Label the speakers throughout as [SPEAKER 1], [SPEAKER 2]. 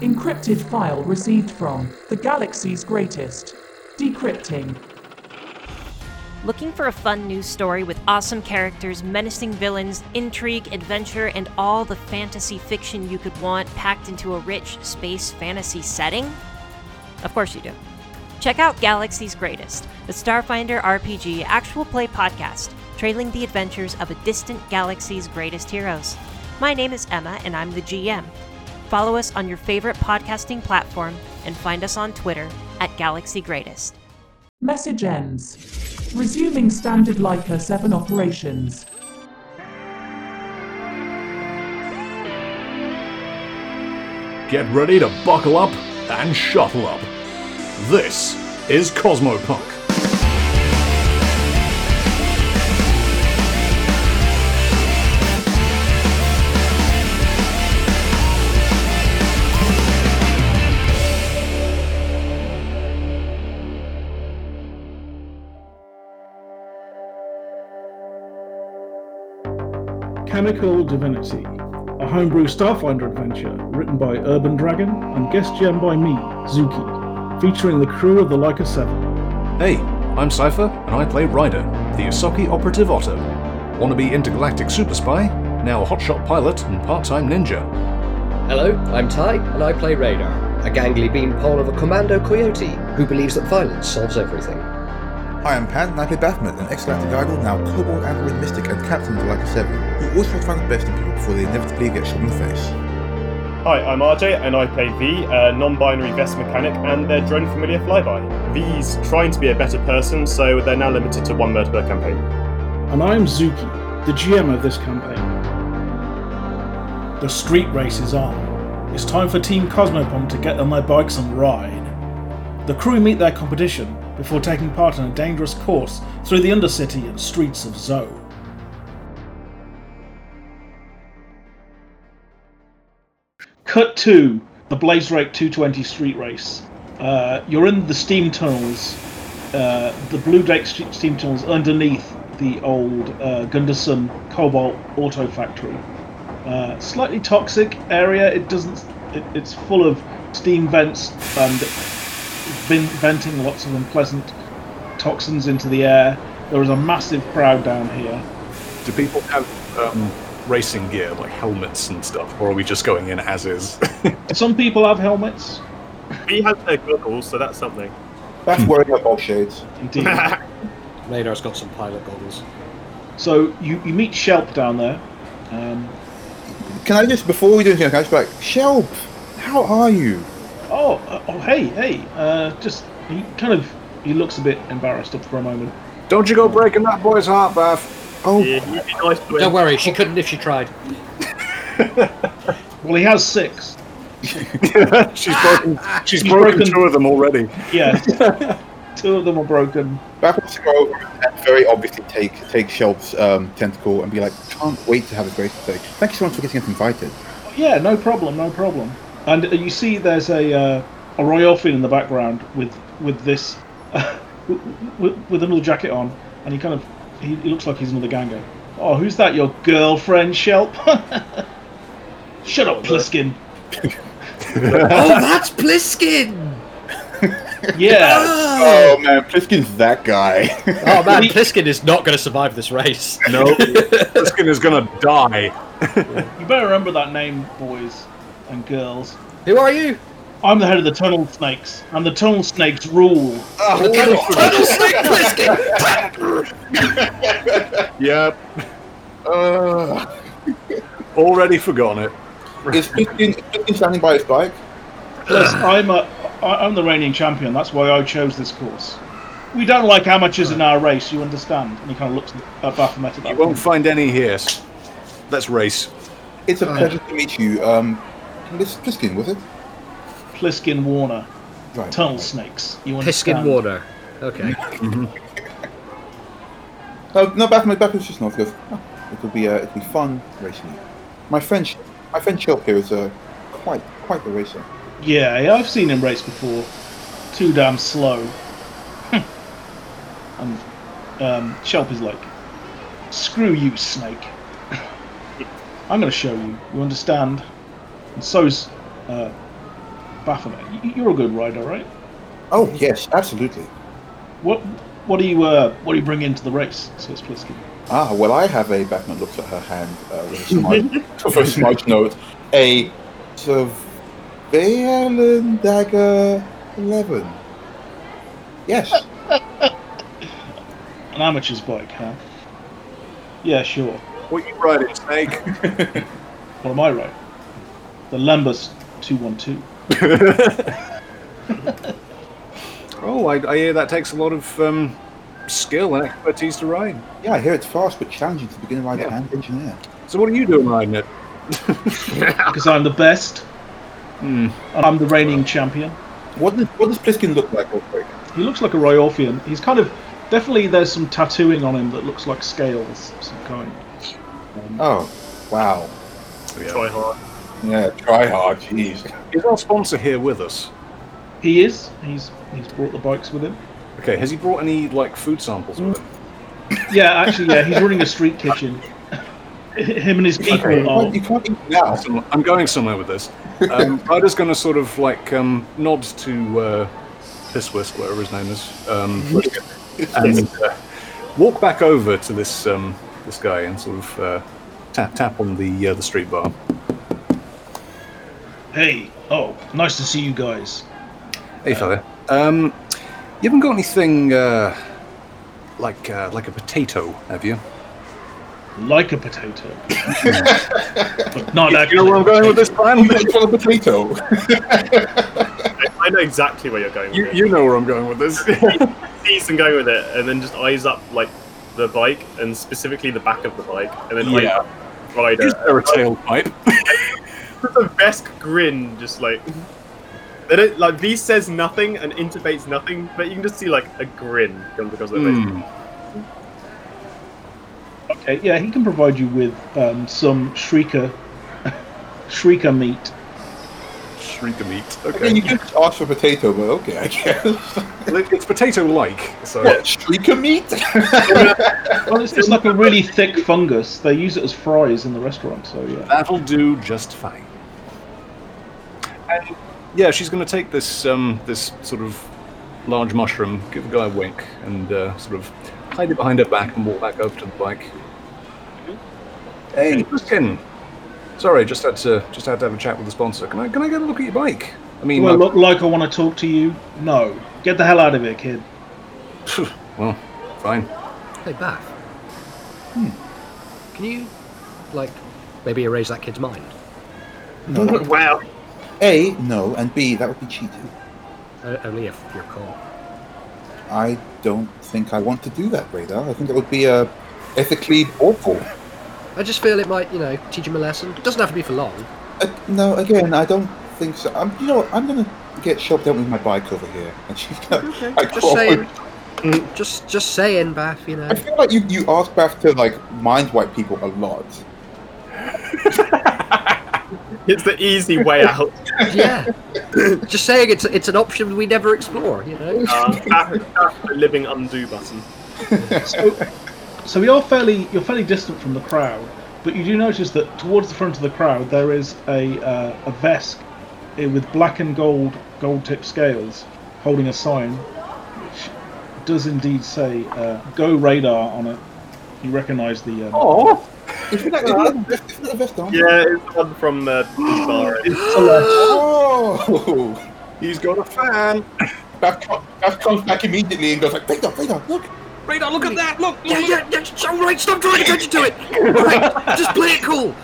[SPEAKER 1] Encrypted file received from the galaxy's greatest. Decrypting.
[SPEAKER 2] Looking for a fun news story with awesome characters, menacing villains, intrigue, adventure, and all the fantasy fiction you could want packed into a rich space fantasy setting? Of course you do. Check out Galaxy's Greatest, the Starfinder RPG actual play podcast, trailing the adventures of a distant galaxy's greatest heroes. My name is Emma, and I'm the GM. Follow us on your favorite podcasting platform and find us on Twitter at Galaxy Greatest.
[SPEAKER 1] Message ends. Resuming standard Leica 7 operations.
[SPEAKER 3] Get ready to buckle up and shuttle up. This is Cosmopunk.
[SPEAKER 4] Chemical Divinity, a homebrew Starfinder adventure written by Urban Dragon and guest jam by me, Zuki, featuring the crew of the Leica 7.
[SPEAKER 3] Hey, I'm Cypher, and I play Ryder, the Asahi operative Otto. Wannabe intergalactic super spy, now a hotshot pilot and part time ninja.
[SPEAKER 5] Hello, I'm Ty, and I play Radar, a gangly beanpole of a commando coyote who believes that violence solves everything.
[SPEAKER 6] Hi, I'm Pan, and I play Baphomet, an ex-galactic idol, now Cobalt Android Mystic and Captain of the Leica 7, who always tries to find the best in people before they inevitably get shot in the face.
[SPEAKER 7] Hi, I'm RJ, and I play V, a non-binary vest mechanic, and their drone familiar flyby. V's trying to be a better person, so they're now limited to one murder per campaign.
[SPEAKER 4] And I'm Zuki, the GM of this campaign. The street race is on. It's time for Team Cosmopomp to get on their bikes and ride. The crew meet their competition before taking part in a dangerous course through the undercity and streets of Zoe. Cut to the Blaze Rake 220 street race. Uh, you're in the steam tunnels, uh, the Blue Drake st- steam tunnels underneath the old uh, Gunderson Cobalt Auto Factory. Uh, slightly toxic area. It doesn't. It, it's full of steam vents and vin- venting lots of unpleasant toxins into the air. There is a massive crowd down here.
[SPEAKER 3] Do people have um, racing gear, like helmets and stuff, or are we just going in as is?
[SPEAKER 4] Some people have helmets.
[SPEAKER 7] V has their goggles, so that's something.
[SPEAKER 6] That's wearing our bolt shades.
[SPEAKER 4] Indeed.
[SPEAKER 5] Radar's got some pilot goggles.
[SPEAKER 4] so you, you meet Shelp down there. Um,
[SPEAKER 6] Can I just, before we do anything, can I just be like, Shelp, how are you?
[SPEAKER 4] Oh, uh, oh, hey, hey. Uh, just he kind of he looks a bit embarrassed up for a moment.
[SPEAKER 3] Don't you go breaking that boy's heart, Bath.
[SPEAKER 6] Oh,
[SPEAKER 7] Yeah, you'd be nice to
[SPEAKER 5] Don't
[SPEAKER 7] him.
[SPEAKER 5] worry, she couldn't if she tried.
[SPEAKER 4] Well, he has six.
[SPEAKER 3] she's broken. She's
[SPEAKER 4] He's
[SPEAKER 3] broken
[SPEAKER 4] broken.
[SPEAKER 3] two of them already.
[SPEAKER 4] Yeah, two of them are broken.
[SPEAKER 6] Baph wants to go over and very obviously take take Shelp's um, tentacle and be like, can't wait to have a great day. Thank you so much for getting us invited.
[SPEAKER 4] Yeah, no problem, no problem. And uh, you see, there's a uh, a Royolfin in the background with with this with, with- with another jacket on, and he kind of he, he looks like he's another ganger. Oh, who's that? Your girlfriend, Shelp? Shut up, Pliskin.
[SPEAKER 5] oh, that's Pliskin!
[SPEAKER 4] Yeah.
[SPEAKER 6] Oh man, Pliskin's that guy.
[SPEAKER 5] Oh man,
[SPEAKER 4] We-
[SPEAKER 5] Pliskin is not going to survive this race.
[SPEAKER 3] No, Pliskin is gonna die.
[SPEAKER 4] You better remember that name, boys and girls.
[SPEAKER 5] Who are you?
[SPEAKER 4] I'm the head of the Tunnel Snakes, and the Tunnel Snakes rule.
[SPEAKER 5] Oh,
[SPEAKER 3] Yep. Already forgotten it.
[SPEAKER 6] is, Pliskin, is Pliskin standing by his bike?
[SPEAKER 4] Plus, I'm, a, I- I'm the reigning champion. That's why I chose this course. We don't like amateurs in our race, you understand? And he kind of looks at Baphomet at that
[SPEAKER 3] You won't
[SPEAKER 4] point.
[SPEAKER 3] find any here. Let's race.
[SPEAKER 6] It's a pleasure to meet you. Um, Plis- Pliskin, was it?
[SPEAKER 4] Pliskin Warner,
[SPEAKER 6] Right.
[SPEAKER 4] Tunnel Snakes. You understand?
[SPEAKER 5] Pliskin Warner. Okay.
[SPEAKER 6] No, Oh, no, back my back is just north. Goes, oh, it'll be uh, it'll be fun racing. you." My friend, Sh- my friend Shelp here is uh, quite quite the racer.
[SPEAKER 4] Yeah, yeah, I've seen him race before. Too damn slow. and um, Shelp is like, screw you, Snake. I'm going to show you. You understand? And so's uh, Baphomet. Y- You're a good rider, right?
[SPEAKER 6] Oh yes, absolutely.
[SPEAKER 4] What what do you uh, what do you bring into the race, says Pliskin?
[SPEAKER 6] Ah, well, I have a Batman looks at her hand uh, with a smart, with a smart note, a surveillance dagger eleven. Yes,
[SPEAKER 4] An amateur's bike, huh? Yeah, sure.
[SPEAKER 3] What you riding, Snake?
[SPEAKER 4] What am I riding? The Lambus two one two.
[SPEAKER 3] oh, I, I hear that takes a lot of um, skill and expertise to ride.
[SPEAKER 6] yeah, I hear it's fast but challenging to begin by the
[SPEAKER 3] Yeah.
[SPEAKER 6] hand engineer.
[SPEAKER 3] So what are you doing riding it?
[SPEAKER 4] Because I'm the best.
[SPEAKER 3] Hmm.
[SPEAKER 4] And I'm the reigning champion.
[SPEAKER 6] What does, what does Pliskin look like? Real quick?
[SPEAKER 4] He looks like a Ryorfian. He's kind of definitely there's some tattooing on him that looks like scales, of some kind.
[SPEAKER 6] Oh, wow.
[SPEAKER 3] Oh,
[SPEAKER 7] Try hard.
[SPEAKER 6] Yeah, try hard. Jeez.
[SPEAKER 3] Is our sponsor here with us?
[SPEAKER 4] He is. He's he's brought the bikes with him.
[SPEAKER 3] Okay, has he brought any like food samples with him?
[SPEAKER 4] Yeah, actually, yeah, he's running a street kitchen. him and his people
[SPEAKER 6] You
[SPEAKER 4] are.
[SPEAKER 6] can't, you can't eat now.
[SPEAKER 3] Some- I'm going somewhere with this. Um, Ryder's going to sort of like um, nod to uh, Piss Whisk, whatever his name is, um, and uh, walk back over to this um, this guy and sort of uh, tap tap on the uh, the street bar.
[SPEAKER 4] Hey, oh, nice to see you guys.
[SPEAKER 3] Hey fella, Uh, um, you haven't got anything uh, like uh, like a potato, have you?
[SPEAKER 4] Like a potato, but not
[SPEAKER 3] You
[SPEAKER 4] actually.
[SPEAKER 3] know where I'm going with this plan.
[SPEAKER 6] For the potato.
[SPEAKER 7] I know exactly where you're going with
[SPEAKER 3] you,
[SPEAKER 7] it.
[SPEAKER 3] you know where I'm going with this.
[SPEAKER 7] sees them going with it, and then just eyes up like the bike and specifically the back of the bike, and then eyes
[SPEAKER 6] Yeah.
[SPEAKER 7] up rider.
[SPEAKER 3] Is there a tailpipe?
[SPEAKER 7] With the best grin, just like they don't like V says nothing and intubates nothing, but you can just see like a grin comes across their face.
[SPEAKER 3] Hmm.
[SPEAKER 4] Okay, yeah, he can provide you with um, some shrieker, shrieker meat.
[SPEAKER 3] Shrink a meat.
[SPEAKER 6] I mean,
[SPEAKER 3] Okay.
[SPEAKER 6] you could just ask for potato, but okay, I guess.
[SPEAKER 3] It's potato like. So
[SPEAKER 6] What, streaker meat?
[SPEAKER 4] Well, it's, it's like a really thick fungus. They use it as fries in the restaurant. So yeah,
[SPEAKER 3] That'll do just fine. And yeah, she's going to take this um, this sort of large mushroom, give the guy a wink, and uh, sort of hide it behind her back and walk back over to the bike. Hey, Ruskin. Sorry, just had to just had to have a chat with the sponsor. Can I can I get a look at your bike? I mean, uh,
[SPEAKER 4] do I
[SPEAKER 3] like-
[SPEAKER 4] look like I want to talk to you? No, get the hell out of here, kid.
[SPEAKER 3] well, fine.
[SPEAKER 5] Hey, Bath. Hmm. Can you, like, maybe erase that kid's mind?
[SPEAKER 7] wow.
[SPEAKER 6] A, no, and B, that would be cheating.
[SPEAKER 5] O- only if you're cool.
[SPEAKER 6] I don't think I want to do that, Radar. I think that would be uh, ethically awful.
[SPEAKER 5] I just feel it might, you know, teach him a lesson. It doesn't have to be for long.
[SPEAKER 6] Uh, no, again, I don't think so. I'm, you know, what, I'm gonna get shoved down with my bike over here, and she's gonna. I,
[SPEAKER 5] Just
[SPEAKER 6] call-
[SPEAKER 5] saying. Just, just saying, Bath. You know.
[SPEAKER 6] I feel like you you ask Beth to like mind wipe people a lot.
[SPEAKER 7] It's the easy way out.
[SPEAKER 5] yeah. just saying, it's it's an option we never explore. You know.
[SPEAKER 7] Uh, tap- tap the living undo button.
[SPEAKER 4] So, so you're fairly you're fairly distant from the crowd, but you do notice that towards the front of the crowd there is a uh, a vesk eh, with black and gold gold tip scales, holding a sign, which does indeed say uh, "Go Radar" on it. You recognise the. Um,
[SPEAKER 3] Oh,
[SPEAKER 6] Isn't that, isn't that, isn't that a vest on?
[SPEAKER 7] Yeah, it's the one from uh, Bar.
[SPEAKER 6] Oh!
[SPEAKER 3] he's got a fan.
[SPEAKER 6] Beth, co- Beth comes back immediately and goes like, Radar, Radar, look!
[SPEAKER 5] Radar, look at that! Look! Yeah, yeah, yeah. just- All right, stop drawing attention to it. All right, just play it cool.
[SPEAKER 6] Hi!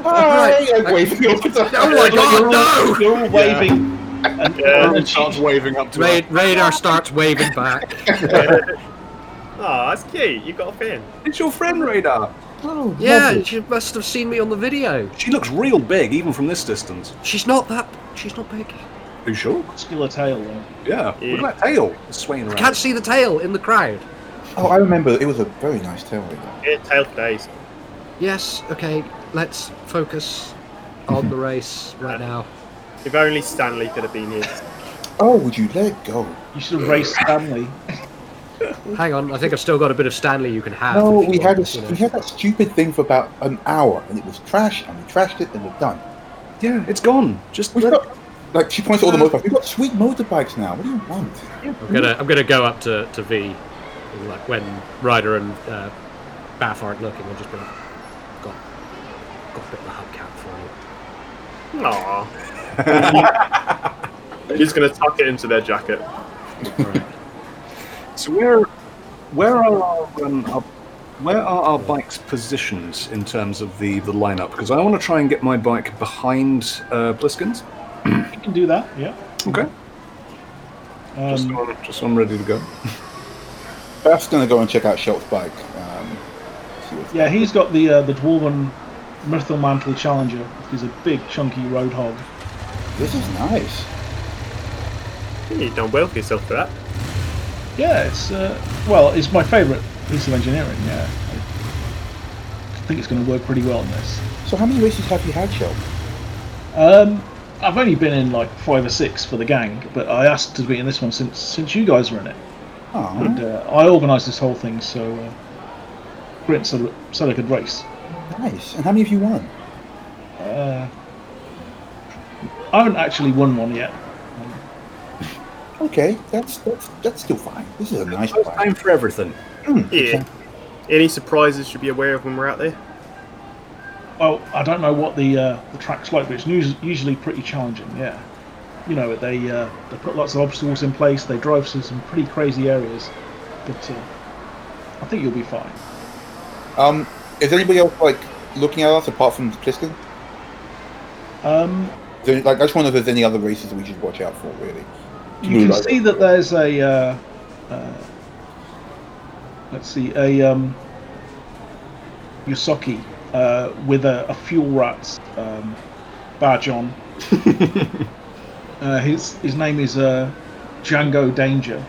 [SPEAKER 5] Right.
[SPEAKER 6] I'm Ah, waving over to
[SPEAKER 5] Oh my
[SPEAKER 4] you're, all,
[SPEAKER 5] God, no!
[SPEAKER 4] you're all waving. And,
[SPEAKER 7] Yeah.
[SPEAKER 4] and she-
[SPEAKER 3] waving up to
[SPEAKER 5] Ra- radar starts waving back.
[SPEAKER 7] Ah, that's cute. You got a fan.
[SPEAKER 3] It's your friend Radar.
[SPEAKER 6] Oh,
[SPEAKER 5] Yeah,
[SPEAKER 6] lovely.
[SPEAKER 5] she must have seen me on the video.
[SPEAKER 3] She looks real big, even from this distance.
[SPEAKER 5] She's not that. She's not big.
[SPEAKER 3] Are you sure?
[SPEAKER 4] muscular tail though.
[SPEAKER 3] Yeah. Look at that tail swaying around.
[SPEAKER 5] Can't see the tail in the crowd.
[SPEAKER 6] Oh, I remember. It was a very nice tail, Radar.
[SPEAKER 7] Yeah, tail for days.
[SPEAKER 5] Yes, okay, let's focus on the race right now.
[SPEAKER 7] If only Stanley could have been here.
[SPEAKER 6] Oh, would you let go?
[SPEAKER 4] You should have raced Stanley.
[SPEAKER 5] Hang on, I think I've still got a bit of Stanley you can have.
[SPEAKER 6] No,
[SPEAKER 5] if you
[SPEAKER 6] we had a,
[SPEAKER 5] want, you know.
[SPEAKER 6] we had that stupid thing for about an hour, and it was trash, and we trashed it, and we're done.
[SPEAKER 3] Yeah, it's gone. Just
[SPEAKER 6] We've
[SPEAKER 3] let
[SPEAKER 6] got,
[SPEAKER 3] it-
[SPEAKER 6] Like she points at all the motorbikes. We've got sweet motorbikes now. What do you want?
[SPEAKER 8] I'm gonna I'm gonna go up to, to V, and, like when Ryder and uh, Bath aren't looking, I'll just be like, got got a bit of a hubcap for you.
[SPEAKER 7] Aww. He's going to tuck it into their jacket.
[SPEAKER 3] So where where are our, um, our where are our bikes' positions in terms of the the lineup? Because I want to try and get my bike behind uh, Bliskin's.
[SPEAKER 4] You can do that, yeah.
[SPEAKER 3] Okay, just,
[SPEAKER 4] Um,
[SPEAKER 3] so I'm, just so I'm ready to go.
[SPEAKER 6] Beth's gonna go and check out Shelt's bike. Um, see what's-
[SPEAKER 4] yeah, he's got the uh, the dwarven Myrtle Mantle Challenger. He's a big, chunky road hog.
[SPEAKER 6] This is nice.
[SPEAKER 7] You've done well for yourself for that.
[SPEAKER 4] Yeah, it's uh, well, it's my favourite piece of engineering. Yeah, I think it's going to work pretty well in this.
[SPEAKER 6] So how many races have you had, Shelt?
[SPEAKER 4] Um, I've only been in like five or six for the gang, but I asked to be in this one since since you guys were in it.
[SPEAKER 6] Oh,
[SPEAKER 4] And uh, I organised this whole thing so uh, Brent said, said I could race.
[SPEAKER 6] nice. And how many have you won?
[SPEAKER 4] Uh, I haven't actually won one yet.
[SPEAKER 6] Okay, that's that's that's still fine. This is a nice bike.
[SPEAKER 3] Time for everything.
[SPEAKER 7] Yeah. Any surprises should be aware of when we're out there?
[SPEAKER 4] Well, I don't know what the uh, the track's like, but it's us- usually pretty challenging. Yeah, you know they uh, they put lots of obstacles in place. They drive through some pretty crazy areas, but uh, I think you'll be fine.
[SPEAKER 6] Um, is anybody else like looking at us apart from Pliskin?
[SPEAKER 4] Um,
[SPEAKER 6] Is there- like, I just wonder if there's any other races that we should watch out for, really.
[SPEAKER 4] you can
[SPEAKER 6] Like-
[SPEAKER 4] see that there's a uh, uh, let's see a um, Yosoki uh, with a, a fuel rats um, badge on. uh, his his name is uh, Django Danger.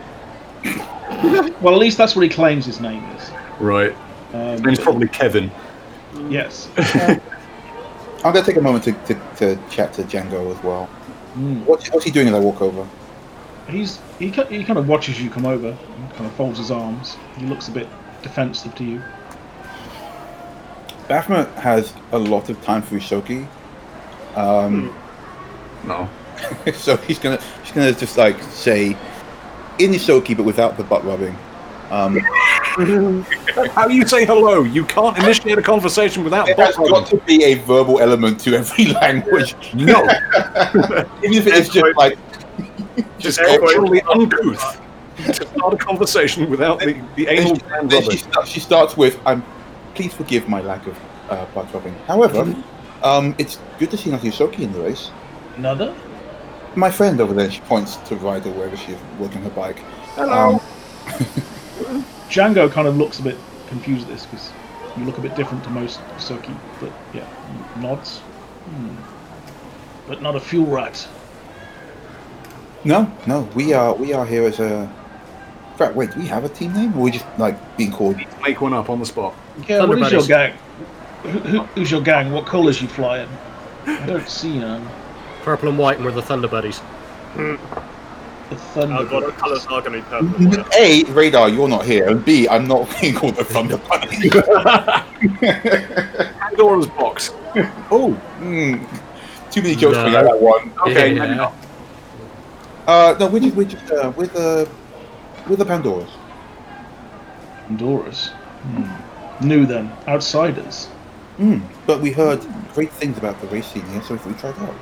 [SPEAKER 4] well, at least that's what he claims his name is.
[SPEAKER 3] Right.
[SPEAKER 4] Um,
[SPEAKER 3] It's probably Kevin.
[SPEAKER 4] Yes.
[SPEAKER 6] I'm going to take a moment to, to, to chat to Django as well. What's, what's he doing as I walk over?
[SPEAKER 4] He's he, ki- he kind of watches you come over, and kind of folds his arms. He looks a bit defensive to you.
[SPEAKER 6] Baphomet has a lot of time for Usoki, um,
[SPEAKER 3] No.
[SPEAKER 6] so he's gonna he's gonna just like say in Usoki but without the butt rubbing. Um,
[SPEAKER 3] How you say hello? You can't initiate a conversation without
[SPEAKER 6] there has got to be a verbal element to every language,
[SPEAKER 3] No,
[SPEAKER 6] even if it's just like
[SPEAKER 3] just
[SPEAKER 7] Air quote.
[SPEAKER 3] culturally uncouth. To start a conversation without the, the anal
[SPEAKER 6] And she,
[SPEAKER 3] gland
[SPEAKER 6] then she,
[SPEAKER 3] rubbing.
[SPEAKER 6] starts, she starts with, "I'm please forgive my lack of uh, butt rubbing. However, um, it's good to see Natsuyoki in the race.
[SPEAKER 4] Another?
[SPEAKER 6] My friend over there, she points to Ryder wherever she is working her bike. Hello. Um,
[SPEAKER 4] Django kind of looks a bit confused at this because you look a bit different to most Soki, but yeah, n- nods. Hmm. But not a fuel rat.
[SPEAKER 6] no, Um, no, we are we are here as a. Crap, wait, do we have a team name? Or are we just like being called?
[SPEAKER 3] Make one up on the spot.
[SPEAKER 4] Yeah, what is your
[SPEAKER 8] Thunderbuddies.
[SPEAKER 4] gang? Who, who, who's your gang? What colours you fly in? I don't see um, none.
[SPEAKER 8] Purple and white, and we're the Thunder Buddies.
[SPEAKER 4] The thunder.
[SPEAKER 7] Oh god, our colours are going to be purple.
[SPEAKER 6] Mm-hmm.
[SPEAKER 7] and white.
[SPEAKER 6] A, radar, you're not here. And B, I'm not being called the Thunder Bunny.
[SPEAKER 3] Pandora's box.
[SPEAKER 6] oh, hmm, too many jokes for
[SPEAKER 8] No.
[SPEAKER 6] that one.
[SPEAKER 3] Okay,
[SPEAKER 8] Yeah.
[SPEAKER 3] maybe not.
[SPEAKER 6] Uh, no, we're just, we're just uh, with the with the Pandoras.
[SPEAKER 4] Honduras. Hmm. New then. Outsiders.
[SPEAKER 8] Hmm.
[SPEAKER 6] Mm, but we heard great things about the race scene here, so if we tried out,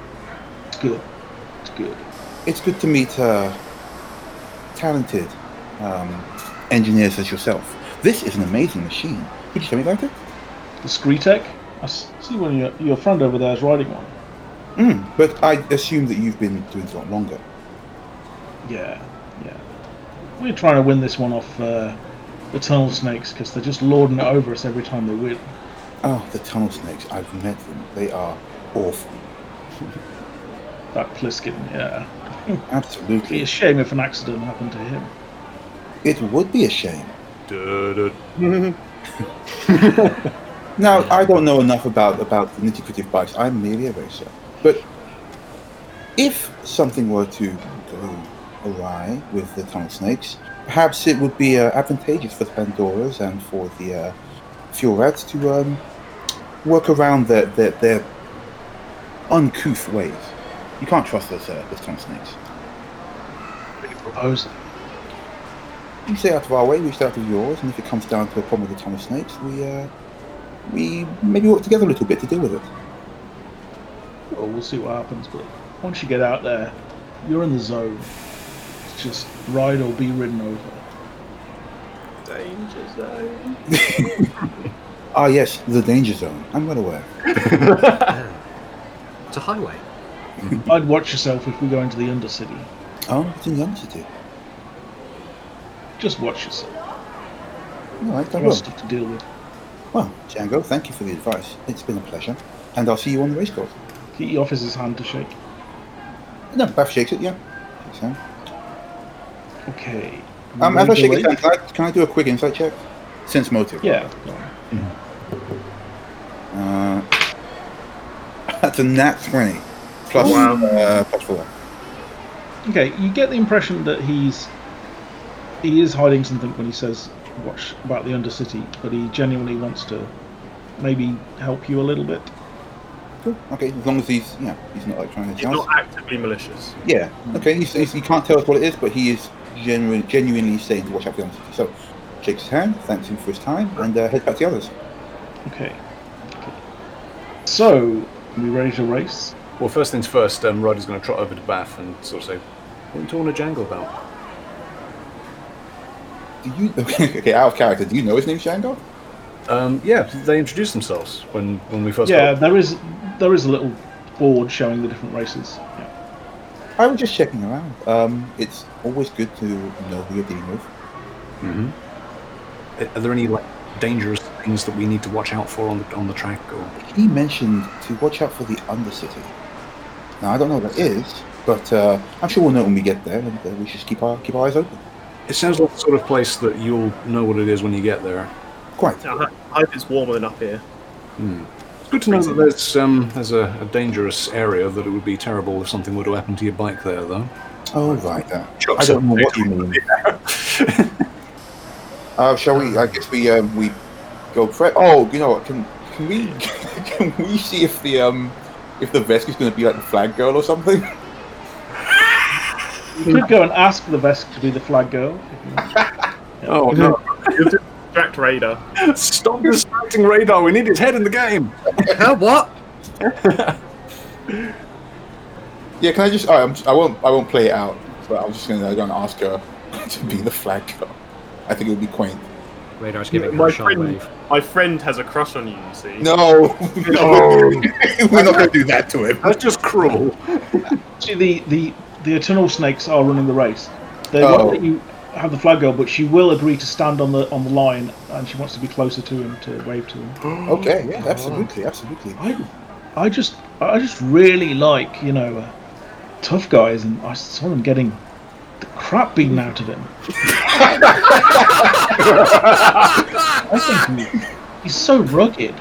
[SPEAKER 4] It's good. It's good.
[SPEAKER 6] it's good to meet uh, talented um, engineers as yourself. This is an amazing machine. Could you tell me about it?
[SPEAKER 4] The Screetech? I s- see one of your, your friend over there is riding one.
[SPEAKER 6] Mm, but I assume that you've been doing it a lot longer.
[SPEAKER 4] Yeah, yeah. We're trying to win this one off uh, the Tunnel Snakes because they're just lording it over us every time they win.
[SPEAKER 6] Oh, the tunnel snakes! I've met them. They are awful.
[SPEAKER 4] That Pliskin, yeah. It'd be a
[SPEAKER 6] Absolutely,
[SPEAKER 4] shame if an accident happened to him.
[SPEAKER 6] it would be a shame.
[SPEAKER 3] Duh, duh.
[SPEAKER 6] Now, I don't know enough about, about the nitty gritty of bikes. I'm merely a racer. But if something were to go awry with the tunnel snakes, perhaps it would be uh, advantageous for the Pandoras and for the uh, fuel rats to um, work around their, their, their uncouth ways. You can't trust those, uh, those tunnel snakes.
[SPEAKER 4] Propose.
[SPEAKER 6] You stay out of our way, we stay out of yours, and if it comes down to a problem with the tunnel snakes, we uh, we maybe work together a little bit to deal with it.
[SPEAKER 4] Well, we'll see what happens. But once you get out there, you're in the zone. It's just ride or be ridden over.
[SPEAKER 7] Danger zone.
[SPEAKER 6] Ah, yes, the danger zone. I'm well aware.
[SPEAKER 8] It's a highway.
[SPEAKER 4] I'd watch yourself if we go into the Undercity.
[SPEAKER 6] Oh, it's in the City.
[SPEAKER 4] Just watch yourself.
[SPEAKER 6] All right, I
[SPEAKER 4] You've got
[SPEAKER 6] will.
[SPEAKER 4] stuff to deal with.
[SPEAKER 6] Well, Django, thank you for the advice. It's been a pleasure, and I'll see you on the race course.
[SPEAKER 4] Get your officer's hand to shake.
[SPEAKER 6] No, Bath shakes it, yeah. Shakes hand.
[SPEAKER 4] Okay.
[SPEAKER 6] Um, as I shake
[SPEAKER 4] Regulate.
[SPEAKER 6] his hand, can I, can I do a quick insight check? Sense motive.
[SPEAKER 4] Yeah.
[SPEAKER 6] Uh, that's a nat 20. Plus, uh, plus 4.
[SPEAKER 4] Okay, you get the impression that he's he is hiding something when he says watch about the Undercity, but he genuinely wants to maybe help you a little bit.
[SPEAKER 6] Cool. Okay, as long as he's, yeah, he's not like trying to
[SPEAKER 7] He's
[SPEAKER 6] tell us.
[SPEAKER 7] not actively malicious.
[SPEAKER 6] Yeah, okay, he's, he's, he can't tell us what it is, but he is genuine, genuinely saying to watch out for the entity. So, shakes his hand, thanks him for his time, and uh, heads back to the others.
[SPEAKER 4] Okay. okay. So, we ready to race?
[SPEAKER 3] Well, first things first, um, Ryder's going to trot over to Bath and sort of say, What are you talking to Jangle about?
[SPEAKER 6] Do you, okay, out of character, do you know his name's Shango?
[SPEAKER 3] Um, yeah, they introduced themselves when, when we first
[SPEAKER 4] yeah,
[SPEAKER 3] got-
[SPEAKER 4] there is there is a little board showing the different races. Yeah.
[SPEAKER 6] I was just checking around. Um, it's always good to know who you're dealing with.
[SPEAKER 3] Are there any like dangerous things that we need to watch out for on the, on the track? Or...
[SPEAKER 6] He mentioned to watch out for the Undercity. Now I don't know what that is, but uh, I'm sure we'll know when we get there, and uh, we should just keep our keep our eyes open.
[SPEAKER 3] It sounds like the sort of place that you'll know what it is when you get there.
[SPEAKER 6] Quite.
[SPEAKER 7] Now, I hope it's warmer than up here.
[SPEAKER 3] It's good to know that there's, um, there's a, a dangerous area that it would be terrible if something were to happen to your bike there, though.
[SPEAKER 6] Oh right. Uh,
[SPEAKER 3] Sure,
[SPEAKER 6] I
[SPEAKER 3] so-
[SPEAKER 6] don't know what you mean. uh, shall we? I guess we um, we go prep. Oh, you know what? Can can we can we see if the um if the Vesk is going to be like the flag girl or something?
[SPEAKER 4] You could go and ask the Vesk to be the flag girl.
[SPEAKER 3] Oh, no.
[SPEAKER 7] Distract radar.
[SPEAKER 3] Stop distracting Radar. We need his head in the game.
[SPEAKER 5] Huh, what?
[SPEAKER 6] Yeah. Can I just? I, I'm, I won't. I won't play it out. But I'm just going to go and ask her to be the flag girl. I think it would be quaint.
[SPEAKER 8] Radar's giving her
[SPEAKER 7] My
[SPEAKER 8] a shy
[SPEAKER 7] friend,
[SPEAKER 8] wave.
[SPEAKER 7] my friend has a crush on you, you see.
[SPEAKER 6] No, no, we're not going to do that to him.
[SPEAKER 3] That's just cruel.
[SPEAKER 4] See, the, the, the Eternal Snakes are running the race. They
[SPEAKER 6] Oh.
[SPEAKER 4] won't let you have the flag girl, but she will agree to stand on the on the line, and she wants to be closer to him to wave to him.
[SPEAKER 6] Okay, yeah, absolutely, absolutely.
[SPEAKER 4] I, I just I just really like you know uh, tough guys, and I saw them getting the crap beaten out of him. I think he- he's so rugged.